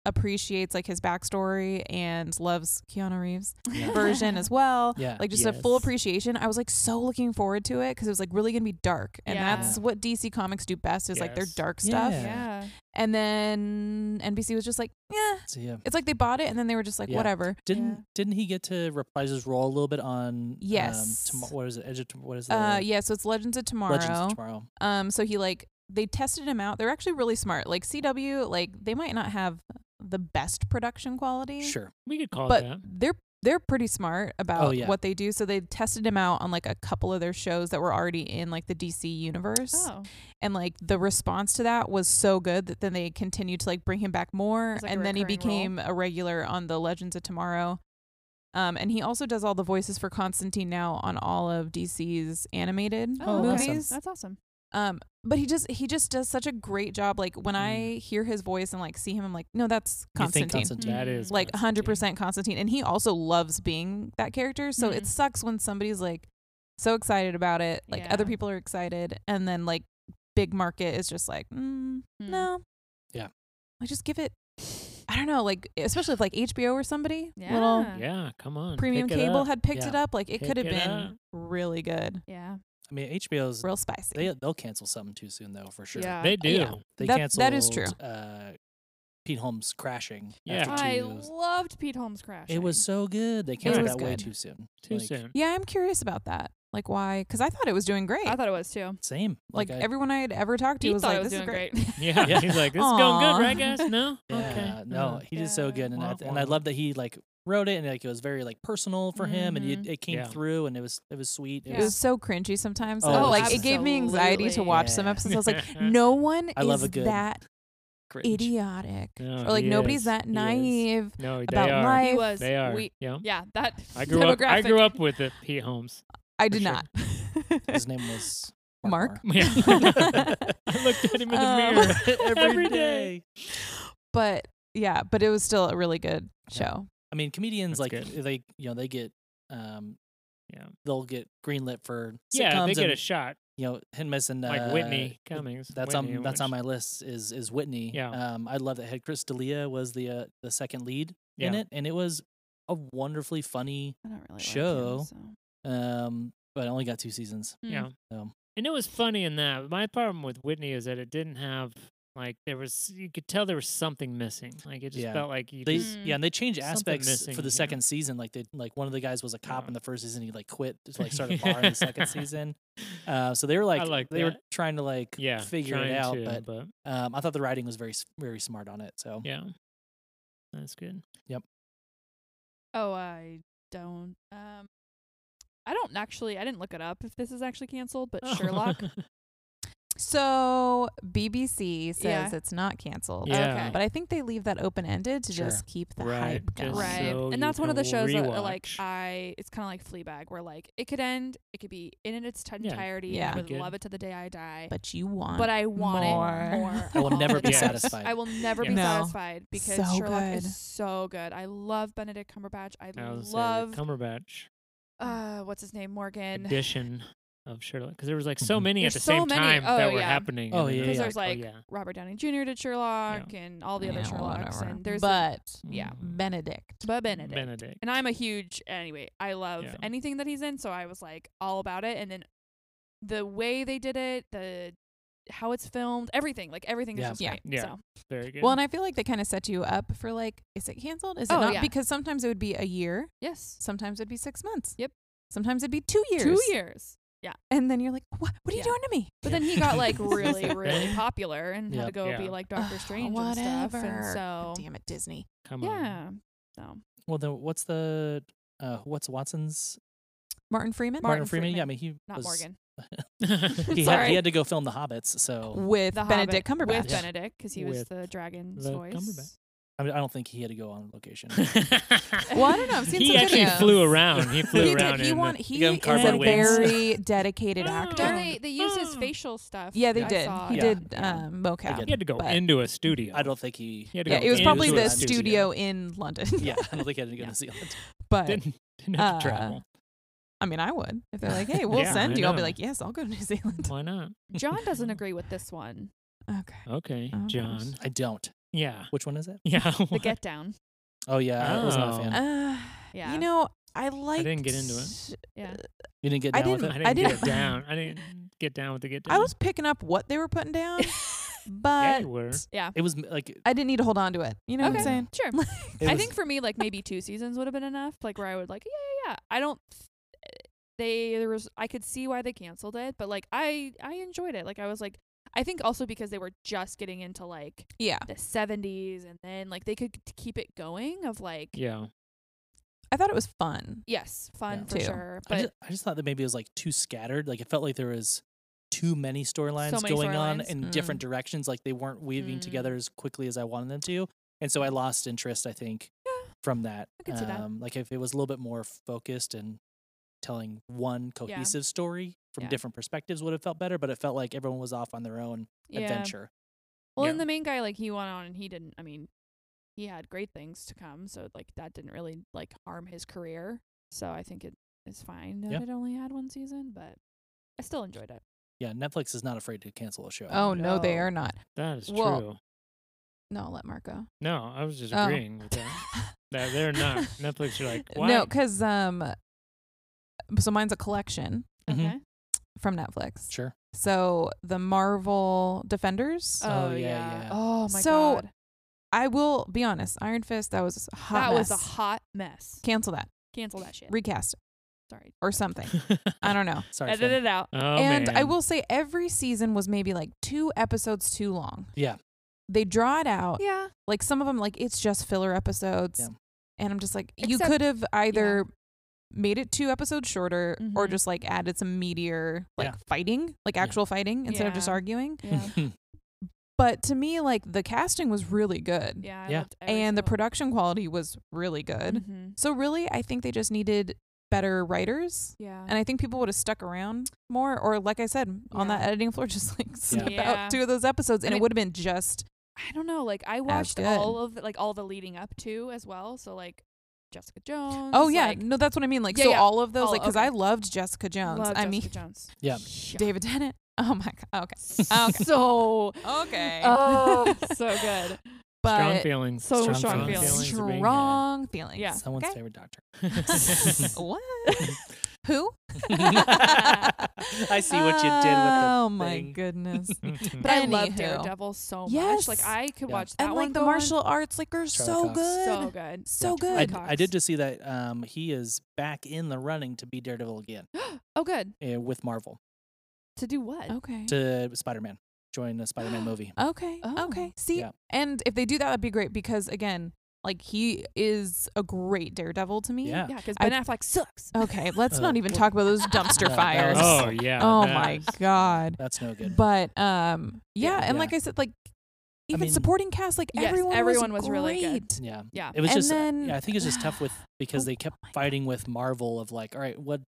[SPEAKER 2] appreciates like his backstory and loves keanu reeves version as well
[SPEAKER 3] Yeah.
[SPEAKER 2] like just a full
[SPEAKER 1] Yes.
[SPEAKER 2] appreciation i was like so looking forward to it because it was like really gonna be dark and
[SPEAKER 4] Yeah.
[SPEAKER 2] that's what dc comics do best is like their
[SPEAKER 1] Yes.
[SPEAKER 2] dark stuff
[SPEAKER 3] Yeah.
[SPEAKER 4] Yeah.
[SPEAKER 2] and then nbc was just like yeah
[SPEAKER 3] so, yeah.
[SPEAKER 2] it's like they bought it and then they were just like
[SPEAKER 3] Yeah.
[SPEAKER 2] whatever
[SPEAKER 3] Didn't didn't he get to reprise his role a little bit on?
[SPEAKER 2] Yes.
[SPEAKER 3] Um, tomo- what is it? Edge of Tom- what is the
[SPEAKER 2] uh yeah so it's legends of tomorrow
[SPEAKER 3] Legends of Tomorrow?
[SPEAKER 2] Um, so he like they tested him out. They're actually really smart. Like CW, like they might not have the best production quality,
[SPEAKER 3] Sure. Oh,
[SPEAKER 1] we could call
[SPEAKER 2] but
[SPEAKER 1] it that.
[SPEAKER 2] they're they're pretty smart about
[SPEAKER 3] yeah.
[SPEAKER 2] what they do. So they tested him out on like a couple of their shows that were already in like the DC universe,
[SPEAKER 4] Oh.
[SPEAKER 2] and like the response to that was so good that then they continued to like bring him back more,
[SPEAKER 4] It's like a
[SPEAKER 2] and then he
[SPEAKER 4] recurring role.
[SPEAKER 2] became a regular on the Legends of Tomorrow. Um, and he also does all the voices for Constantine now on all of DC's animated
[SPEAKER 4] Oh, okay.
[SPEAKER 2] movies.
[SPEAKER 3] awesome.
[SPEAKER 4] That's awesome.
[SPEAKER 2] Um, but he just he just does such a great job. Like when I hear his voice and like see him, I'm like, no, that's
[SPEAKER 3] You
[SPEAKER 2] Constantine.
[SPEAKER 3] think
[SPEAKER 2] Mm-hmm.
[SPEAKER 3] Constantine.
[SPEAKER 1] That is
[SPEAKER 2] Like
[SPEAKER 1] Constantine.
[SPEAKER 2] 100% Constantine, and he also loves being that character. So it
[SPEAKER 4] Mhm.
[SPEAKER 2] sucks when somebody's like so excited about it, like other
[SPEAKER 4] Yeah.
[SPEAKER 2] people are excited, and then like big market is just like, mm,
[SPEAKER 4] Hmm.
[SPEAKER 2] no,
[SPEAKER 3] Yeah.
[SPEAKER 2] like just give it. I don't know, like especially if like HBO or somebody,
[SPEAKER 4] Yeah.
[SPEAKER 2] little
[SPEAKER 1] Yeah, come on.
[SPEAKER 2] premium
[SPEAKER 1] pick it
[SPEAKER 2] cable
[SPEAKER 1] up.
[SPEAKER 2] had picked
[SPEAKER 3] Yeah.
[SPEAKER 2] it up, like it
[SPEAKER 1] Pick
[SPEAKER 2] could have
[SPEAKER 1] it
[SPEAKER 2] been
[SPEAKER 1] up.
[SPEAKER 2] really good,
[SPEAKER 4] Yeah.
[SPEAKER 3] I mean, HBO's
[SPEAKER 2] real spicy.
[SPEAKER 3] they they'll cancel something too soon though for sure.
[SPEAKER 4] Yeah.
[SPEAKER 1] They do.
[SPEAKER 2] yeah.
[SPEAKER 3] They
[SPEAKER 2] That-
[SPEAKER 3] canceled.
[SPEAKER 2] that is true.
[SPEAKER 3] Uh, Pete Holmes crashing.
[SPEAKER 1] Yeah.
[SPEAKER 3] After
[SPEAKER 4] I
[SPEAKER 3] two,
[SPEAKER 4] loved Pete Holmes Crash.
[SPEAKER 3] it was so good. They canceled
[SPEAKER 2] was
[SPEAKER 3] that way
[SPEAKER 2] good.
[SPEAKER 3] too soon.
[SPEAKER 1] Too
[SPEAKER 3] Like,
[SPEAKER 1] soon.
[SPEAKER 2] Yeah, I'm curious about that. Like why? Because I thought it was doing great.
[SPEAKER 4] I thought it was too.
[SPEAKER 3] Same.
[SPEAKER 2] like
[SPEAKER 3] I-
[SPEAKER 2] everyone I had ever talked to
[SPEAKER 4] Pete
[SPEAKER 2] was
[SPEAKER 4] thought
[SPEAKER 2] like,
[SPEAKER 4] it was
[SPEAKER 2] "This
[SPEAKER 4] doing
[SPEAKER 2] is great."
[SPEAKER 4] great.
[SPEAKER 1] Yeah.
[SPEAKER 3] Yeah.
[SPEAKER 1] He's like, this is going
[SPEAKER 2] Aw.
[SPEAKER 1] good, right, guys? No?
[SPEAKER 3] Yeah,
[SPEAKER 1] Okay. Uh, Uh-huh.
[SPEAKER 3] no, he did so good, and I,
[SPEAKER 1] Wah,
[SPEAKER 3] and I
[SPEAKER 1] wah.
[SPEAKER 3] love that he like wrote it, and like it was very like personal for him, and
[SPEAKER 4] Mhm.
[SPEAKER 3] it, it came
[SPEAKER 1] Yeah.
[SPEAKER 3] through, and it was it was sweet. It
[SPEAKER 4] Yeah.
[SPEAKER 2] It
[SPEAKER 3] was
[SPEAKER 2] was so cringy sometimes.
[SPEAKER 3] Oh,
[SPEAKER 2] that,
[SPEAKER 3] it was
[SPEAKER 2] like it gave me anxiety to
[SPEAKER 4] absolutely.
[SPEAKER 2] watch some
[SPEAKER 3] Yeah.
[SPEAKER 2] episodes. I was like, no one
[SPEAKER 3] I
[SPEAKER 2] is
[SPEAKER 3] love a good
[SPEAKER 2] that
[SPEAKER 3] cringe.
[SPEAKER 2] idiotic,
[SPEAKER 1] No,
[SPEAKER 2] or like
[SPEAKER 1] he
[SPEAKER 2] nobody's
[SPEAKER 1] is.
[SPEAKER 2] that
[SPEAKER 1] He is.
[SPEAKER 2] naive
[SPEAKER 1] No, they
[SPEAKER 2] about
[SPEAKER 1] are.
[SPEAKER 2] life.
[SPEAKER 4] He was.
[SPEAKER 1] They are.
[SPEAKER 4] We,
[SPEAKER 1] yeah.
[SPEAKER 4] yeah. That.
[SPEAKER 1] I grew up. I
[SPEAKER 4] demographic.
[SPEAKER 1] grew up with it, Pete Holmes.
[SPEAKER 2] I
[SPEAKER 1] for
[SPEAKER 2] did
[SPEAKER 1] sure.
[SPEAKER 2] not.
[SPEAKER 3] His name was
[SPEAKER 2] Mark?
[SPEAKER 1] Yeah. I looked at him in the
[SPEAKER 2] Um,
[SPEAKER 1] mirror
[SPEAKER 3] Marr.
[SPEAKER 1] every day.
[SPEAKER 2] but yeah, but it was still a really good
[SPEAKER 3] Yeah.
[SPEAKER 2] show.
[SPEAKER 3] I mean, comedians
[SPEAKER 1] That's
[SPEAKER 3] like
[SPEAKER 1] good.
[SPEAKER 3] they you know they get um
[SPEAKER 1] Yeah.
[SPEAKER 3] they'll get greenlit for
[SPEAKER 1] Yeah, they
[SPEAKER 3] sitcoms
[SPEAKER 1] get a
[SPEAKER 3] and,
[SPEAKER 1] shot.
[SPEAKER 3] you know him and uh,
[SPEAKER 1] Like Whitney Cummings.
[SPEAKER 3] That's
[SPEAKER 1] Whitney,
[SPEAKER 3] on that's on
[SPEAKER 1] which-
[SPEAKER 3] my list is is Whitney.
[SPEAKER 1] Yeah.
[SPEAKER 3] Um, I love that had Chris D'Elia was the uh, the second lead in
[SPEAKER 1] Yeah.
[SPEAKER 3] it, and it was a wonderfully funny.
[SPEAKER 4] I don't really
[SPEAKER 3] show.
[SPEAKER 4] Like him, so. Hmm.
[SPEAKER 3] Um, but I only got two seasons.
[SPEAKER 1] Yeah.
[SPEAKER 3] So
[SPEAKER 1] and it was funny in that. My problem with Whitney is that it didn't have like there was you could tell there was something missing. Like it just
[SPEAKER 3] Yeah.
[SPEAKER 1] felt like you
[SPEAKER 3] They
[SPEAKER 1] just,
[SPEAKER 4] Mm.
[SPEAKER 3] yeah, and they change
[SPEAKER 1] Something
[SPEAKER 3] aspects
[SPEAKER 1] missing,
[SPEAKER 3] for the
[SPEAKER 1] yeah.
[SPEAKER 3] second season. Like they like one of the guys was a cop
[SPEAKER 1] Yeah.
[SPEAKER 3] in the first season, he like quit to like start a bar in the second season. Uh, so they were like,
[SPEAKER 1] like
[SPEAKER 3] they were
[SPEAKER 1] that.
[SPEAKER 3] trying to like
[SPEAKER 1] yeah
[SPEAKER 3] figure it
[SPEAKER 1] trying
[SPEAKER 3] out,
[SPEAKER 1] to,
[SPEAKER 3] but um, I thought the writing was very s- very smart on it. So
[SPEAKER 1] yeah, that's good.
[SPEAKER 4] Oh, I don't. Um, I don't actually. I didn't look it up if this is actually canceled,
[SPEAKER 1] Oh.
[SPEAKER 4] but Sherlock.
[SPEAKER 2] So BBC says
[SPEAKER 4] Yeah.
[SPEAKER 2] it's not canceled.
[SPEAKER 1] Yeah.
[SPEAKER 4] Okay.
[SPEAKER 2] But I think they leave that open ended to
[SPEAKER 3] Sure.
[SPEAKER 2] just keep the
[SPEAKER 1] Right,
[SPEAKER 2] hype going.
[SPEAKER 1] just
[SPEAKER 4] right,
[SPEAKER 1] so you
[SPEAKER 4] and that's one of the
[SPEAKER 1] can
[SPEAKER 4] shows that are like
[SPEAKER 1] rewatch.
[SPEAKER 4] I. It's kind of like Fleabag, where like it could end, it could be in its t-
[SPEAKER 1] Yeah.
[SPEAKER 4] entirety.
[SPEAKER 2] Yeah.
[SPEAKER 4] I would
[SPEAKER 1] Good.
[SPEAKER 4] love it to the day I die.
[SPEAKER 2] But you want
[SPEAKER 4] but I want
[SPEAKER 2] more.
[SPEAKER 4] it more.
[SPEAKER 3] I will
[SPEAKER 4] all
[SPEAKER 3] never
[SPEAKER 4] the
[SPEAKER 3] be
[SPEAKER 4] time.
[SPEAKER 3] satisfied.
[SPEAKER 4] I will never be
[SPEAKER 2] No.
[SPEAKER 4] satisfied because
[SPEAKER 2] So
[SPEAKER 4] Sherlock
[SPEAKER 2] good.
[SPEAKER 4] is so good. I love Benedict Cumberbatch. I,
[SPEAKER 1] I was
[SPEAKER 4] love
[SPEAKER 1] Cumberbatch
[SPEAKER 4] uh what's his name Morgan.
[SPEAKER 1] edition of Sherlock because there was like so many
[SPEAKER 4] There's
[SPEAKER 1] at the
[SPEAKER 4] so
[SPEAKER 1] same
[SPEAKER 4] many.
[SPEAKER 1] time that
[SPEAKER 4] Oh,
[SPEAKER 1] were
[SPEAKER 4] yeah.
[SPEAKER 1] happening.
[SPEAKER 3] Mm-hmm. Oh,
[SPEAKER 1] and then
[SPEAKER 3] yeah,
[SPEAKER 1] I was
[SPEAKER 4] Because there's like
[SPEAKER 1] oh, yeah.
[SPEAKER 4] Robert Downey Jr. did Sherlock and all the other
[SPEAKER 2] Yeah,
[SPEAKER 4] Sherlocks
[SPEAKER 2] whatever.
[SPEAKER 4] and there's a,
[SPEAKER 2] but
[SPEAKER 4] yeah.
[SPEAKER 1] Mm.
[SPEAKER 2] Benedict.
[SPEAKER 4] but Benedict.
[SPEAKER 1] Benedict.
[SPEAKER 4] And I'm a huge anyway. I love
[SPEAKER 1] Yeah.
[SPEAKER 4] anything that he's in, so I was like all about it. And then the way they did it, the how it's filmed, everything like everything
[SPEAKER 3] Yeah.
[SPEAKER 4] is just
[SPEAKER 2] Yeah.
[SPEAKER 4] great.
[SPEAKER 1] Yeah.
[SPEAKER 4] So
[SPEAKER 1] very good.
[SPEAKER 2] Well, and I feel like they kind of set you up for like, is it canceled? Is it
[SPEAKER 4] Oh,
[SPEAKER 2] not?
[SPEAKER 4] yeah.
[SPEAKER 2] Because sometimes it would be a year,
[SPEAKER 4] yes,
[SPEAKER 2] sometimes it'd be six months.
[SPEAKER 4] Yep.
[SPEAKER 2] Sometimes it'd be two years.
[SPEAKER 4] two years.
[SPEAKER 2] And then you're like, what, what are you
[SPEAKER 4] Yeah.
[SPEAKER 2] doing to me?
[SPEAKER 4] But then he got like really,
[SPEAKER 1] Yeah.
[SPEAKER 4] really popular and had to
[SPEAKER 3] Yep.
[SPEAKER 4] go
[SPEAKER 1] Yeah.
[SPEAKER 4] be like Doctor
[SPEAKER 2] Ugh,
[SPEAKER 4] Strange and stuff. And
[SPEAKER 2] whatever.
[SPEAKER 4] so
[SPEAKER 2] Damn it, Disney.
[SPEAKER 1] Come on.
[SPEAKER 4] yeah, so
[SPEAKER 3] well, then what's the uh, what's Watson's
[SPEAKER 2] Martin Freeman?
[SPEAKER 4] Martin
[SPEAKER 3] Freeman?
[SPEAKER 4] Freeman.
[SPEAKER 3] Yeah, I mean he
[SPEAKER 4] not
[SPEAKER 3] was
[SPEAKER 4] Morgan
[SPEAKER 3] he had,
[SPEAKER 4] Sorry.
[SPEAKER 3] he had to go film The Hobbits, so
[SPEAKER 2] with
[SPEAKER 4] the
[SPEAKER 2] Benedict
[SPEAKER 4] Hobbit,
[SPEAKER 2] Cumberbatch.
[SPEAKER 4] with Benedict because he was
[SPEAKER 1] With
[SPEAKER 4] the dragon's
[SPEAKER 1] the
[SPEAKER 4] voice.
[SPEAKER 1] Cumberbatch.
[SPEAKER 3] I, mean, I don't think he had to go on location.
[SPEAKER 2] Well, I don't know. I've seen
[SPEAKER 1] he
[SPEAKER 2] some
[SPEAKER 1] actually
[SPEAKER 2] videos.
[SPEAKER 1] flew around. He flew
[SPEAKER 2] He
[SPEAKER 1] around.
[SPEAKER 2] did. He,
[SPEAKER 1] in
[SPEAKER 2] want,
[SPEAKER 1] the,
[SPEAKER 2] he
[SPEAKER 1] gave him
[SPEAKER 2] is a
[SPEAKER 1] cardboard wings.
[SPEAKER 2] very dedicated
[SPEAKER 1] Oh.
[SPEAKER 4] Don't
[SPEAKER 2] actor.
[SPEAKER 4] they, they used his
[SPEAKER 1] Oh.
[SPEAKER 4] facial stuff.
[SPEAKER 2] Yeah, they
[SPEAKER 4] I
[SPEAKER 2] did.
[SPEAKER 4] saw.
[SPEAKER 2] He
[SPEAKER 3] Yeah.
[SPEAKER 2] did
[SPEAKER 3] Yeah.
[SPEAKER 2] um,
[SPEAKER 3] I
[SPEAKER 2] mocap.
[SPEAKER 3] get
[SPEAKER 1] He had to go
[SPEAKER 2] But-
[SPEAKER 1] into a studio.
[SPEAKER 3] I don't think he.
[SPEAKER 1] He had to
[SPEAKER 2] Yeah,
[SPEAKER 1] go
[SPEAKER 2] it was
[SPEAKER 1] into
[SPEAKER 2] probably
[SPEAKER 1] a
[SPEAKER 2] the
[SPEAKER 3] studio.
[SPEAKER 2] studio in London.
[SPEAKER 3] Yeah, I don't think he had to go
[SPEAKER 4] Yeah.
[SPEAKER 3] to Zealand.
[SPEAKER 2] but
[SPEAKER 1] Didn't, didn't have to
[SPEAKER 2] uh,
[SPEAKER 1] travel.
[SPEAKER 2] I mean, I would if they're like, "Hey, we'll
[SPEAKER 1] Yeah,
[SPEAKER 2] send
[SPEAKER 1] I
[SPEAKER 2] you." I'll be
[SPEAKER 1] know.
[SPEAKER 2] like, "Yes, I'll go to New Zealand."
[SPEAKER 1] Why not?
[SPEAKER 4] John doesn't agree with this one.
[SPEAKER 2] Okay.
[SPEAKER 1] Okay,
[SPEAKER 2] Oh, gosh.
[SPEAKER 1] John.
[SPEAKER 3] I don't.
[SPEAKER 1] Yeah.
[SPEAKER 3] Which one is it?
[SPEAKER 1] Yeah.
[SPEAKER 4] The
[SPEAKER 1] what?
[SPEAKER 4] Get Down.
[SPEAKER 3] Oh yeah, I was not a
[SPEAKER 1] Oh.
[SPEAKER 3] fan.
[SPEAKER 2] Uh,
[SPEAKER 4] Yeah,
[SPEAKER 2] You know, I like.
[SPEAKER 1] didn't get into it.
[SPEAKER 4] yeah.
[SPEAKER 3] you didn't get
[SPEAKER 2] I
[SPEAKER 3] down with
[SPEAKER 1] I
[SPEAKER 3] it.
[SPEAKER 2] didn't-
[SPEAKER 1] didn't
[SPEAKER 2] I
[SPEAKER 1] get
[SPEAKER 2] didn't-
[SPEAKER 1] down. I didn't get down with the get down.
[SPEAKER 2] I was picking up what they were putting down,
[SPEAKER 1] yeah,
[SPEAKER 2] but
[SPEAKER 1] you were.
[SPEAKER 3] It was m- like
[SPEAKER 2] I didn't need to hold on to it. You know what
[SPEAKER 4] Okay.
[SPEAKER 2] I'm saying?
[SPEAKER 4] Sure.
[SPEAKER 3] it
[SPEAKER 4] I
[SPEAKER 3] was-
[SPEAKER 4] think for me, like maybe two seasons would have been enough. Like where I would like, yeah, yeah, yeah. I don't. They there was I could see why they canceled it, but like I I enjoyed it. Like I was like I think also because they were just getting into like
[SPEAKER 2] Yeah.
[SPEAKER 4] the seventies, and then like they could t- keep it going of like
[SPEAKER 1] Yeah.
[SPEAKER 2] I thought it was fun.
[SPEAKER 4] yes, fun
[SPEAKER 3] Yeah.
[SPEAKER 4] for
[SPEAKER 2] Too.
[SPEAKER 4] sure,
[SPEAKER 3] I,
[SPEAKER 4] but
[SPEAKER 3] just, I just thought that maybe it was like too scattered. Like it felt like there was too many storylines
[SPEAKER 4] many
[SPEAKER 3] going on
[SPEAKER 4] storylines.
[SPEAKER 3] in
[SPEAKER 2] Mm.
[SPEAKER 3] different directions. Like they weren't weaving
[SPEAKER 4] Mm.
[SPEAKER 3] together as quickly as I wanted them to, and so I lost interest. I think
[SPEAKER 4] Yeah.
[SPEAKER 3] from that. Um,
[SPEAKER 4] I could see that.
[SPEAKER 3] Like if it was a little bit more focused and telling one cohesive story from
[SPEAKER 4] Yeah.
[SPEAKER 3] different perspectives would have felt better. But it felt like everyone was off on their own
[SPEAKER 4] yeah.
[SPEAKER 3] adventure.
[SPEAKER 4] Well, and
[SPEAKER 1] Yeah.
[SPEAKER 4] the main guy like he went on and he didn't. I mean, he had great things to come, so like that didn't really like harm his career. So I think it is fine that
[SPEAKER 3] Yeah.
[SPEAKER 4] it only had one season, but I still enjoyed it.
[SPEAKER 3] Yeah, Netflix is not afraid to cancel a show.
[SPEAKER 2] Oh no, they
[SPEAKER 4] no.
[SPEAKER 2] are not.
[SPEAKER 1] That is
[SPEAKER 2] Well-
[SPEAKER 1] true.
[SPEAKER 2] No, I'll let Mark go.
[SPEAKER 1] No, I was just
[SPEAKER 2] Oh.
[SPEAKER 1] agreeing with that. that they're not. Netflix, you're like, what?
[SPEAKER 2] No, because um, so mine's a collection
[SPEAKER 3] Mhm.
[SPEAKER 4] Okay.
[SPEAKER 2] from Netflix.
[SPEAKER 3] Sure.
[SPEAKER 2] So the Marvel Defenders.
[SPEAKER 3] Oh,
[SPEAKER 4] Oh,
[SPEAKER 3] yeah,
[SPEAKER 4] yeah.
[SPEAKER 3] yeah.
[SPEAKER 4] Oh my
[SPEAKER 2] So,
[SPEAKER 4] god.
[SPEAKER 2] I will be honest. Iron Fist. That was a hot.
[SPEAKER 4] that was a
[SPEAKER 2] mess.
[SPEAKER 4] hot mess.
[SPEAKER 2] Cancel that.
[SPEAKER 4] Cancel that shit.
[SPEAKER 2] Recast it
[SPEAKER 4] Sorry.
[SPEAKER 2] or something. I don't know.
[SPEAKER 3] Sorry.
[SPEAKER 4] Edit
[SPEAKER 3] Finn.
[SPEAKER 4] it out.
[SPEAKER 1] Oh,
[SPEAKER 2] and I
[SPEAKER 1] man.
[SPEAKER 2] will say every season was maybe like two episodes too long.
[SPEAKER 3] Yeah.
[SPEAKER 2] They draw it out.
[SPEAKER 4] Yeah.
[SPEAKER 2] Like some of them, like it's just filler episodes.
[SPEAKER 3] Yeah.
[SPEAKER 2] And I'm just like, you
[SPEAKER 4] Except-
[SPEAKER 2] could have either made it two episodes shorter or
[SPEAKER 4] Mhm.
[SPEAKER 2] just like added some meteor, like
[SPEAKER 3] Yeah.
[SPEAKER 2] fighting, like
[SPEAKER 3] Yeah.
[SPEAKER 2] actual fighting instead of just
[SPEAKER 4] Yeah.
[SPEAKER 2] arguing.
[SPEAKER 4] Yeah.
[SPEAKER 2] But to me, like the casting was really good.
[SPEAKER 4] Yeah. I
[SPEAKER 3] Yeah.
[SPEAKER 4] loved every
[SPEAKER 2] And the
[SPEAKER 4] single-
[SPEAKER 2] production quality was really good.
[SPEAKER 4] Mhm.
[SPEAKER 2] So really, I think they just needed better writers.
[SPEAKER 4] Yeah.
[SPEAKER 2] And I think people would have stuck around more, or like I said, on
[SPEAKER 4] Yeah.
[SPEAKER 2] that editing floor, just like snip
[SPEAKER 4] Yeah.
[SPEAKER 2] out two of those episodes,
[SPEAKER 4] I
[SPEAKER 2] and
[SPEAKER 4] mean-
[SPEAKER 2] it would have been just
[SPEAKER 4] I don't know. Like I watched
[SPEAKER 2] good.
[SPEAKER 4] all of the, like all the leading up to as well. So like Jessica Jones.
[SPEAKER 2] oh yeah,
[SPEAKER 4] like,
[SPEAKER 2] no, that's what I mean. Like
[SPEAKER 4] Yeah,
[SPEAKER 2] so,
[SPEAKER 4] yeah.
[SPEAKER 2] all of those,
[SPEAKER 4] All-
[SPEAKER 2] like 'cause
[SPEAKER 4] okay.
[SPEAKER 2] I loved Jessica Jones.
[SPEAKER 4] love
[SPEAKER 2] I
[SPEAKER 4] Jessica
[SPEAKER 2] mean,
[SPEAKER 4] Jones.
[SPEAKER 3] Yeah.
[SPEAKER 2] David Tennant. Oh my god. Okay. Okay.
[SPEAKER 4] So
[SPEAKER 2] Okay.
[SPEAKER 4] oh, so good.
[SPEAKER 1] strong
[SPEAKER 2] but
[SPEAKER 1] feelings.
[SPEAKER 4] So
[SPEAKER 3] Strong strong feelings.
[SPEAKER 4] feelings
[SPEAKER 1] are being
[SPEAKER 2] strong feelings.
[SPEAKER 3] Someone's
[SPEAKER 2] okay?
[SPEAKER 3] favorite doctor.
[SPEAKER 1] had.
[SPEAKER 2] what? Who?
[SPEAKER 3] I see what you did with the
[SPEAKER 2] Oh my
[SPEAKER 3] thing.
[SPEAKER 2] goodness.
[SPEAKER 4] But I love
[SPEAKER 2] Anywho.
[SPEAKER 4] Daredevil so
[SPEAKER 2] Yes.
[SPEAKER 4] much. Like I could
[SPEAKER 3] Yeah.
[SPEAKER 4] watch that
[SPEAKER 2] and
[SPEAKER 4] one.
[SPEAKER 2] like the
[SPEAKER 4] go on
[SPEAKER 2] martial arts, like are
[SPEAKER 3] Charlie
[SPEAKER 2] so
[SPEAKER 3] Cox.
[SPEAKER 2] good.
[SPEAKER 4] so good.
[SPEAKER 2] So
[SPEAKER 3] I,
[SPEAKER 2] good.
[SPEAKER 3] d- I did just see that um, he is back in the running to be Daredevil again
[SPEAKER 4] Oh, good.
[SPEAKER 3] uh, with Marvel
[SPEAKER 4] To do what?
[SPEAKER 3] Oh,
[SPEAKER 2] okay.
[SPEAKER 3] to Spider Man, join the Spider Man movie.
[SPEAKER 2] Okay.
[SPEAKER 4] Oh.
[SPEAKER 2] Okay. See,
[SPEAKER 3] Yeah.
[SPEAKER 2] and if they do that, that'd be great because again, like he is a great daredevil to me.
[SPEAKER 3] Yeah.
[SPEAKER 4] Yeah, because
[SPEAKER 2] I-
[SPEAKER 4] Ben Affleck sucks.
[SPEAKER 2] Okay. Let's
[SPEAKER 3] Oh,
[SPEAKER 2] not even
[SPEAKER 3] well-
[SPEAKER 2] talk about those dumpster
[SPEAKER 3] Yeah, that
[SPEAKER 2] fires.
[SPEAKER 3] was-
[SPEAKER 1] oh yeah.
[SPEAKER 2] Oh
[SPEAKER 1] that
[SPEAKER 2] my
[SPEAKER 1] is-
[SPEAKER 2] god.
[SPEAKER 3] That's no good.
[SPEAKER 2] But um, yeah,
[SPEAKER 3] Yeah,
[SPEAKER 2] and
[SPEAKER 3] yeah.
[SPEAKER 2] like I said, like even
[SPEAKER 3] mean-
[SPEAKER 2] supporting cast, like
[SPEAKER 4] Yes,
[SPEAKER 2] everyone,
[SPEAKER 4] everyone
[SPEAKER 2] was,
[SPEAKER 4] was really good.
[SPEAKER 2] great.
[SPEAKER 3] yeah.
[SPEAKER 4] Yeah.
[SPEAKER 3] It was
[SPEAKER 2] And
[SPEAKER 3] just, uh,
[SPEAKER 2] then- Oh
[SPEAKER 3] yeah, I think it was just tough with because they kept
[SPEAKER 2] my God.
[SPEAKER 3] fighting with Marvel of like, all right, what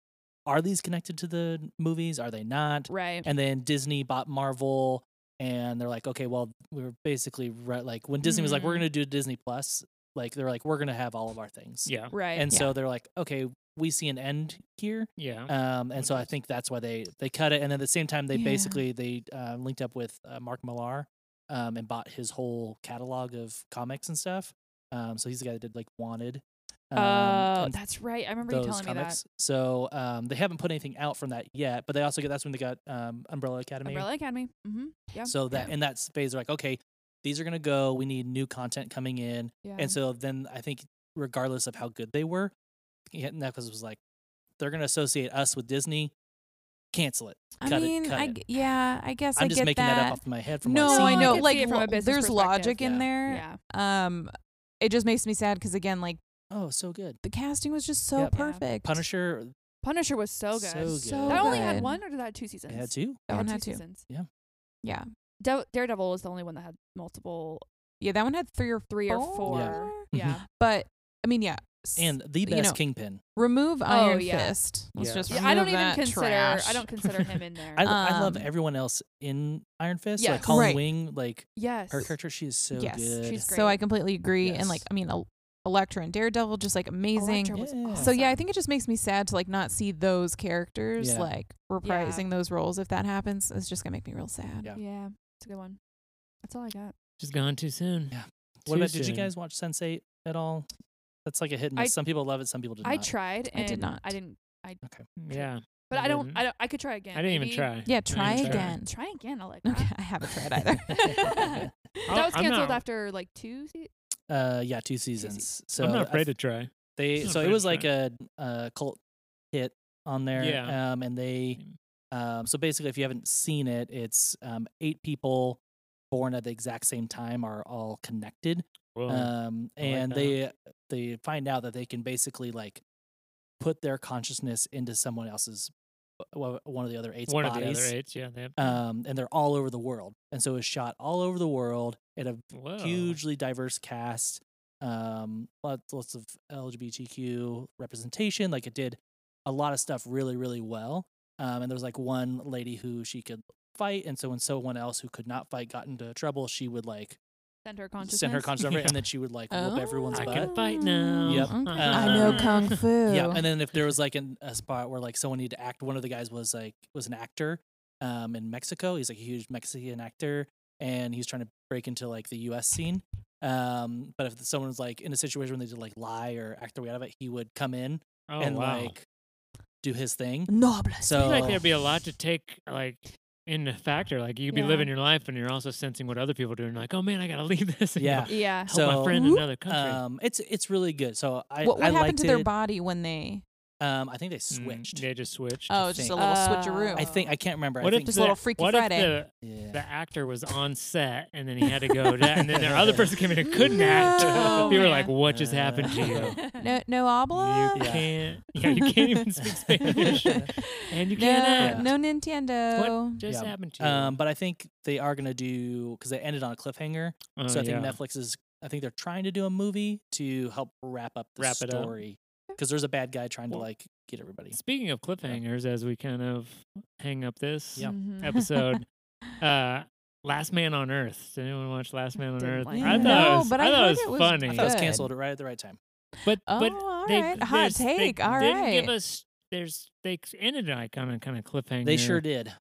[SPEAKER 3] are these connected to the movies? Are they not?
[SPEAKER 4] Right.
[SPEAKER 3] And then Disney bought Marvel, and they're like, okay, well, we were basically re- like when Disney was like, we're
[SPEAKER 2] Hmm.
[SPEAKER 3] gonna do Disney Plus, like they're like, we're gonna have all of our things.
[SPEAKER 1] Yeah. Mm-hmm.
[SPEAKER 4] Right.
[SPEAKER 3] And
[SPEAKER 2] Yeah.
[SPEAKER 3] so they're like, okay, we see an end here.
[SPEAKER 2] Uh,
[SPEAKER 1] Yeah.
[SPEAKER 3] Um, and so I
[SPEAKER 1] Nice.
[SPEAKER 3] think that's why they they cut it. And then at the same time, they
[SPEAKER 2] Yeah.
[SPEAKER 3] basically they uh, linked up with uh, Mark Millar um, and bought his whole catalog of comics and stuff. Um, so he's the guy that did like Wanted. Um,
[SPEAKER 4] oh,
[SPEAKER 3] and
[SPEAKER 4] that's right. I remember you telling me
[SPEAKER 3] So um, they haven't put anything out from that yet, but they also get that's when they got um, Umbrella
[SPEAKER 4] that.
[SPEAKER 3] Academy.
[SPEAKER 4] Umbrella Academy. Mm-hmm. Yeah.
[SPEAKER 3] So that in that phase, they're like, okay, these are gonna go. We need new content coming in.
[SPEAKER 4] yeah.
[SPEAKER 2] Mm-hmm.
[SPEAKER 3] And so then I think, regardless of how good they were, yeah, Netflix was like, they're going to associate us with Disney. Cancel it.
[SPEAKER 2] I
[SPEAKER 3] Cut it,
[SPEAKER 2] mean,
[SPEAKER 3] cut
[SPEAKER 2] I
[SPEAKER 3] it.
[SPEAKER 2] g- yeah, I guess I
[SPEAKER 3] I'm just
[SPEAKER 2] get
[SPEAKER 3] making that.
[SPEAKER 2] that.
[SPEAKER 3] up off my head from
[SPEAKER 2] no,
[SPEAKER 3] what I've
[SPEAKER 2] I
[SPEAKER 3] seen.
[SPEAKER 2] know.
[SPEAKER 4] I could see
[SPEAKER 2] Like,
[SPEAKER 4] it from a
[SPEAKER 2] lo-
[SPEAKER 4] business
[SPEAKER 2] there's
[SPEAKER 4] perspective,
[SPEAKER 2] logic in
[SPEAKER 3] yeah.
[SPEAKER 2] there.
[SPEAKER 4] yeah.
[SPEAKER 2] Um, it just makes me sad because again, like
[SPEAKER 3] Oh, so good.
[SPEAKER 2] the casting was just so
[SPEAKER 3] Yep.
[SPEAKER 4] Yeah.
[SPEAKER 2] perfect.
[SPEAKER 3] Punisher
[SPEAKER 4] Punisher was so good.
[SPEAKER 3] So good.
[SPEAKER 2] So
[SPEAKER 4] That only had
[SPEAKER 2] good.
[SPEAKER 4] one or did that have two seasons?
[SPEAKER 3] I had two.
[SPEAKER 4] It
[SPEAKER 2] That one
[SPEAKER 4] two
[SPEAKER 2] had two.
[SPEAKER 4] seasons.
[SPEAKER 2] Yeah,
[SPEAKER 4] Da- Daredevil was the only one that had multiple.
[SPEAKER 2] yeah, that one had three or
[SPEAKER 4] Three or four. Oh, Yeah.
[SPEAKER 2] But I mean, yeah. s-
[SPEAKER 3] And the
[SPEAKER 2] You
[SPEAKER 3] best
[SPEAKER 2] know.
[SPEAKER 3] Kingpin.
[SPEAKER 2] remove Iron
[SPEAKER 4] Oh, yeah.
[SPEAKER 2] Fist. Let's
[SPEAKER 1] Yeah.
[SPEAKER 2] just
[SPEAKER 4] yeah I don't
[SPEAKER 2] remove
[SPEAKER 4] even
[SPEAKER 2] that
[SPEAKER 4] consider.
[SPEAKER 2] trash.
[SPEAKER 4] I don't consider him in there.
[SPEAKER 3] I, l- I love
[SPEAKER 2] Um,
[SPEAKER 3] everyone else in Iron Fist. Like
[SPEAKER 4] Yes.
[SPEAKER 3] Colin
[SPEAKER 2] Right.
[SPEAKER 3] Wing, like
[SPEAKER 4] yes.
[SPEAKER 2] Oh,
[SPEAKER 3] her character, she is so
[SPEAKER 2] Yes.
[SPEAKER 3] good.
[SPEAKER 4] She's
[SPEAKER 2] So I completely agree. And like,
[SPEAKER 3] Yes.
[SPEAKER 2] I mean, El- Elektra and Daredevil, just like amazing.
[SPEAKER 4] Electra was
[SPEAKER 3] Yeah.
[SPEAKER 2] So yeah, I
[SPEAKER 4] awesome.
[SPEAKER 2] think it just makes me sad to like not see those characters
[SPEAKER 3] Yeah.
[SPEAKER 2] like reprising those roles. If that happens, it's just gonna make me real sad.
[SPEAKER 3] Yeah.
[SPEAKER 4] Yeah, it's a good one. That's all I got.
[SPEAKER 1] Just gone too soon.
[SPEAKER 3] Yeah. what
[SPEAKER 1] Too
[SPEAKER 3] about, did you
[SPEAKER 1] soon.
[SPEAKER 3] guys watch Sense8 at all? That's like a hit and
[SPEAKER 4] I-
[SPEAKER 3] miss. some people love it, some people do
[SPEAKER 4] I
[SPEAKER 3] not.
[SPEAKER 4] tried.
[SPEAKER 2] I
[SPEAKER 4] And
[SPEAKER 2] did not.
[SPEAKER 4] I didn't.
[SPEAKER 1] Yeah.
[SPEAKER 4] But
[SPEAKER 1] I
[SPEAKER 4] I, don't.
[SPEAKER 1] didn't.
[SPEAKER 4] I don't. I could try again.
[SPEAKER 1] I didn't even
[SPEAKER 4] maybe.
[SPEAKER 1] try.
[SPEAKER 2] Yeah, try
[SPEAKER 1] try.
[SPEAKER 2] again.
[SPEAKER 4] Try again. I'll let.
[SPEAKER 2] Okay, I haven't tried either.
[SPEAKER 4] that
[SPEAKER 1] I'll-
[SPEAKER 4] was
[SPEAKER 1] I'm
[SPEAKER 4] canceled
[SPEAKER 1] not-
[SPEAKER 4] after like two. Se-
[SPEAKER 3] Uh, yeah, two seasons. So
[SPEAKER 1] I'm not
[SPEAKER 3] I
[SPEAKER 1] afraid to try.
[SPEAKER 3] They
[SPEAKER 1] Not
[SPEAKER 3] so it
[SPEAKER 1] very
[SPEAKER 3] was like a, a cult hit on there.
[SPEAKER 1] Yeah.
[SPEAKER 3] Um, and they um, so basically, if you haven't seen it, it's um, eight people born at the exact same time are all connected.
[SPEAKER 1] Whoa.
[SPEAKER 2] Uh,
[SPEAKER 3] Um,
[SPEAKER 1] I like
[SPEAKER 3] and
[SPEAKER 1] that.
[SPEAKER 3] they they find out that they can basically like put their consciousness into someone else's w- one of the other eight's
[SPEAKER 1] One of the
[SPEAKER 3] bodies.
[SPEAKER 1] other eights. Yeah. They have,
[SPEAKER 2] Uh,
[SPEAKER 3] Um, and they're all over the world, and so it's shot all over the world at a
[SPEAKER 1] Whoa.
[SPEAKER 3] hugely diverse cast um lots, lots of lgbtq representation like it did a lot of stuff really really well um and there was like one lady who she could fight and so when someone else who could not fight got into trouble she would like
[SPEAKER 4] Send her consciousness.
[SPEAKER 3] send her conscious
[SPEAKER 1] Yeah.
[SPEAKER 3] and then she would like whoop everyone's
[SPEAKER 1] Oh. I
[SPEAKER 3] butt
[SPEAKER 1] can fight now. Uh-huh. Oh,
[SPEAKER 3] Yep.
[SPEAKER 2] Okay.
[SPEAKER 3] Um,
[SPEAKER 2] I know kung fu.
[SPEAKER 3] yeah and then if there was like an, a spot where like someone needed to act one of the guys was like was an actor um in mexico he's like a huge mexican actor and he's trying to break into like the us scene um but if someone was like in a situation where they did like lie or act their way out of it he would come in
[SPEAKER 1] Oh,
[SPEAKER 3] and
[SPEAKER 1] wow.
[SPEAKER 3] like do his thing
[SPEAKER 2] Noble.
[SPEAKER 1] I feel
[SPEAKER 3] so
[SPEAKER 1] like there'd be a lot to take, like, in the factor. Like, you'd be
[SPEAKER 4] Yeah.
[SPEAKER 1] living your life, and you're also sensing what other people are doing. Like, oh man, I gotta leave this. and go
[SPEAKER 3] Yeah.
[SPEAKER 4] Yeah.
[SPEAKER 1] Help
[SPEAKER 3] So,
[SPEAKER 1] my friend in
[SPEAKER 2] Whoop.
[SPEAKER 1] another country. Mm,
[SPEAKER 3] um it's it's really good so i
[SPEAKER 2] what what
[SPEAKER 3] I
[SPEAKER 2] happened
[SPEAKER 3] liked
[SPEAKER 2] to their
[SPEAKER 3] it.
[SPEAKER 2] body when they?
[SPEAKER 3] um i think they
[SPEAKER 1] Mm,
[SPEAKER 3] switched
[SPEAKER 1] They just switched.
[SPEAKER 2] Oh, just
[SPEAKER 3] think.
[SPEAKER 2] a little
[SPEAKER 4] Uh,
[SPEAKER 2] switcheroo.
[SPEAKER 3] i think i can't remember
[SPEAKER 1] what
[SPEAKER 3] i
[SPEAKER 1] if
[SPEAKER 3] think
[SPEAKER 2] Just
[SPEAKER 1] the-
[SPEAKER 2] a little Freaky
[SPEAKER 1] what
[SPEAKER 2] Friday.
[SPEAKER 1] If the,
[SPEAKER 3] yeah.
[SPEAKER 1] the actor was on set and then he had to go to, and then the other person came in and couldn't
[SPEAKER 2] No.
[SPEAKER 1] act. You were like, what just happened to you?
[SPEAKER 2] no, no
[SPEAKER 1] You
[SPEAKER 2] obla.
[SPEAKER 3] Yeah.
[SPEAKER 1] can't. Yeah, you can't even speak Spanish, and you
[SPEAKER 2] No,
[SPEAKER 1] can't act.
[SPEAKER 2] no Nintendo.
[SPEAKER 1] What just
[SPEAKER 3] Yeah.
[SPEAKER 1] happened to you?
[SPEAKER 3] um but i think they are gonna do because they ended on a cliffhanger
[SPEAKER 1] Oh,
[SPEAKER 3] so I think
[SPEAKER 1] yeah.
[SPEAKER 3] Netflix is. I think they're trying to do a movie to help wrap up the
[SPEAKER 1] Wrap it up.
[SPEAKER 3] story because there's a bad guy trying to
[SPEAKER 1] Well-
[SPEAKER 3] like get everybody.
[SPEAKER 1] Speaking of cliffhangers, as we kind of hang up this
[SPEAKER 3] Yeah.
[SPEAKER 4] Mm-hmm.
[SPEAKER 1] episode, uh, Last Man on Earth. Did anyone watch Last Man on
[SPEAKER 4] Didn't
[SPEAKER 1] Earth?
[SPEAKER 4] like
[SPEAKER 1] I
[SPEAKER 2] it.
[SPEAKER 1] thought
[SPEAKER 2] No,
[SPEAKER 1] it was,
[SPEAKER 2] but
[SPEAKER 1] I
[SPEAKER 2] I
[SPEAKER 1] thought
[SPEAKER 2] heard
[SPEAKER 1] it was
[SPEAKER 2] it was- I
[SPEAKER 1] funny.
[SPEAKER 3] I thought it was
[SPEAKER 2] Good.
[SPEAKER 3] canceled right at the right time.
[SPEAKER 1] But
[SPEAKER 2] Oh,
[SPEAKER 1] but
[SPEAKER 2] all
[SPEAKER 1] they,
[SPEAKER 2] right. Hot
[SPEAKER 1] there's- they
[SPEAKER 2] take. All
[SPEAKER 1] didn't give
[SPEAKER 2] right.
[SPEAKER 1] us. There's they ended on kind of kind of cliffhanger.
[SPEAKER 3] They sure did,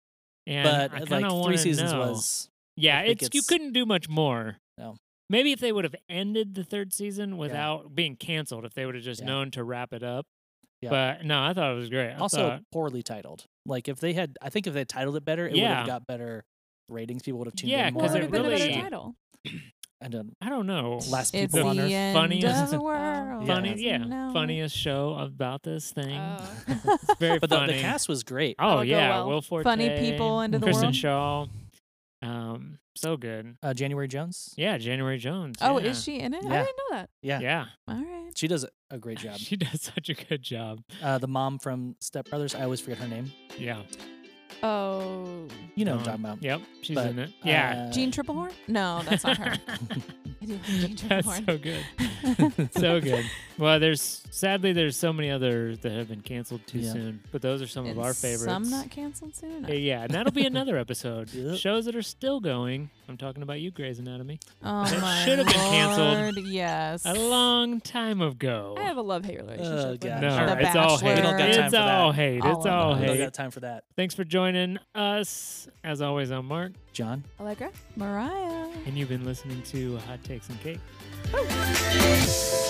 [SPEAKER 1] And
[SPEAKER 3] but
[SPEAKER 1] I
[SPEAKER 3] uh,
[SPEAKER 1] kinda
[SPEAKER 3] like
[SPEAKER 1] wanna
[SPEAKER 3] three seasons
[SPEAKER 1] know.
[SPEAKER 3] was
[SPEAKER 1] Yeah,
[SPEAKER 3] think
[SPEAKER 1] it's, you
[SPEAKER 3] it's-
[SPEAKER 1] couldn't do much more.
[SPEAKER 3] No.
[SPEAKER 1] Maybe if they would have ended the third season without being canceled, if they would have just
[SPEAKER 3] Yeah.
[SPEAKER 1] known to wrap it up,
[SPEAKER 3] Yeah.
[SPEAKER 1] But no, I thought it was great. I
[SPEAKER 3] also
[SPEAKER 1] thought-
[SPEAKER 3] poorly titled. Like if they had, I think if they had titled it better, it would
[SPEAKER 1] Yeah.
[SPEAKER 3] have got better ratings. People would have tuned
[SPEAKER 1] Yeah,
[SPEAKER 3] in more.
[SPEAKER 1] Because
[SPEAKER 4] What
[SPEAKER 1] it
[SPEAKER 4] would have been a better
[SPEAKER 1] really-
[SPEAKER 4] title?
[SPEAKER 3] and then
[SPEAKER 1] I don't know.
[SPEAKER 3] last
[SPEAKER 2] It's
[SPEAKER 3] people on
[SPEAKER 2] the
[SPEAKER 3] earth.
[SPEAKER 2] end
[SPEAKER 1] Funniest-
[SPEAKER 2] of the world.
[SPEAKER 1] Funny,
[SPEAKER 3] Yes.
[SPEAKER 1] yeah,
[SPEAKER 2] Oh, No.
[SPEAKER 1] funniest show about this thing.
[SPEAKER 4] Oh.
[SPEAKER 1] It's very
[SPEAKER 3] But the,
[SPEAKER 1] funny.
[SPEAKER 3] the cast was great.
[SPEAKER 1] oh
[SPEAKER 4] That'll go
[SPEAKER 1] yeah,
[SPEAKER 4] well.
[SPEAKER 1] Will Forte,
[SPEAKER 2] Funny people into the
[SPEAKER 1] Kristen
[SPEAKER 2] world.
[SPEAKER 1] Shaw, um, so good.
[SPEAKER 3] Uh, January Jones.
[SPEAKER 1] Yeah, January Jones.
[SPEAKER 2] Oh,
[SPEAKER 1] yeah.
[SPEAKER 2] is she in it?
[SPEAKER 4] I
[SPEAKER 3] Yeah.
[SPEAKER 4] didn't know that.
[SPEAKER 3] Yeah.
[SPEAKER 1] Yeah,
[SPEAKER 2] All right.
[SPEAKER 3] She does a great job.
[SPEAKER 1] she does such a good job.
[SPEAKER 3] Uh, the mom from Step Brothers. I always forget her name.
[SPEAKER 1] Yeah,
[SPEAKER 4] Oh,
[SPEAKER 3] You know what
[SPEAKER 1] Um,
[SPEAKER 3] I'm talking about.
[SPEAKER 1] Yep, she's
[SPEAKER 3] But,
[SPEAKER 1] in it. Yeah,
[SPEAKER 3] Uh,
[SPEAKER 2] Jean Triplehorn? No, that's not her. I do like Jean
[SPEAKER 1] That's
[SPEAKER 2] Triplehorn.
[SPEAKER 1] so good. so good. Well, there's sadly there's so many others that have been canceled too
[SPEAKER 3] Yeah.
[SPEAKER 1] soon, but those are some
[SPEAKER 2] And
[SPEAKER 1] of our favorites.
[SPEAKER 2] Some not canceled soon enough.
[SPEAKER 1] Uh, yeah, and that'll be another episode.
[SPEAKER 3] Yep.
[SPEAKER 1] Shows that are still going. I'm talking about you, Grey's Anatomy.
[SPEAKER 2] Oh
[SPEAKER 1] It
[SPEAKER 2] my
[SPEAKER 1] should have been canceled.
[SPEAKER 2] Lord, Yes.
[SPEAKER 1] A long time time ago.
[SPEAKER 4] I have a love-hate relationship. with
[SPEAKER 3] God.
[SPEAKER 4] it.
[SPEAKER 1] no,
[SPEAKER 3] The
[SPEAKER 1] it's all hate.
[SPEAKER 2] Uh, Bachelor. We don't got
[SPEAKER 1] it's
[SPEAKER 3] time for that.
[SPEAKER 1] all hate.
[SPEAKER 2] All
[SPEAKER 1] it's
[SPEAKER 2] of
[SPEAKER 1] all
[SPEAKER 2] them.
[SPEAKER 3] I don't
[SPEAKER 1] hate.
[SPEAKER 3] got time for that.
[SPEAKER 1] Thanks for joining us. As always, I'm Mark,
[SPEAKER 3] John.
[SPEAKER 4] Allegra.
[SPEAKER 2] Mariah.
[SPEAKER 1] and you've been listening to Hot Takes and Cake.
[SPEAKER 4] Oh.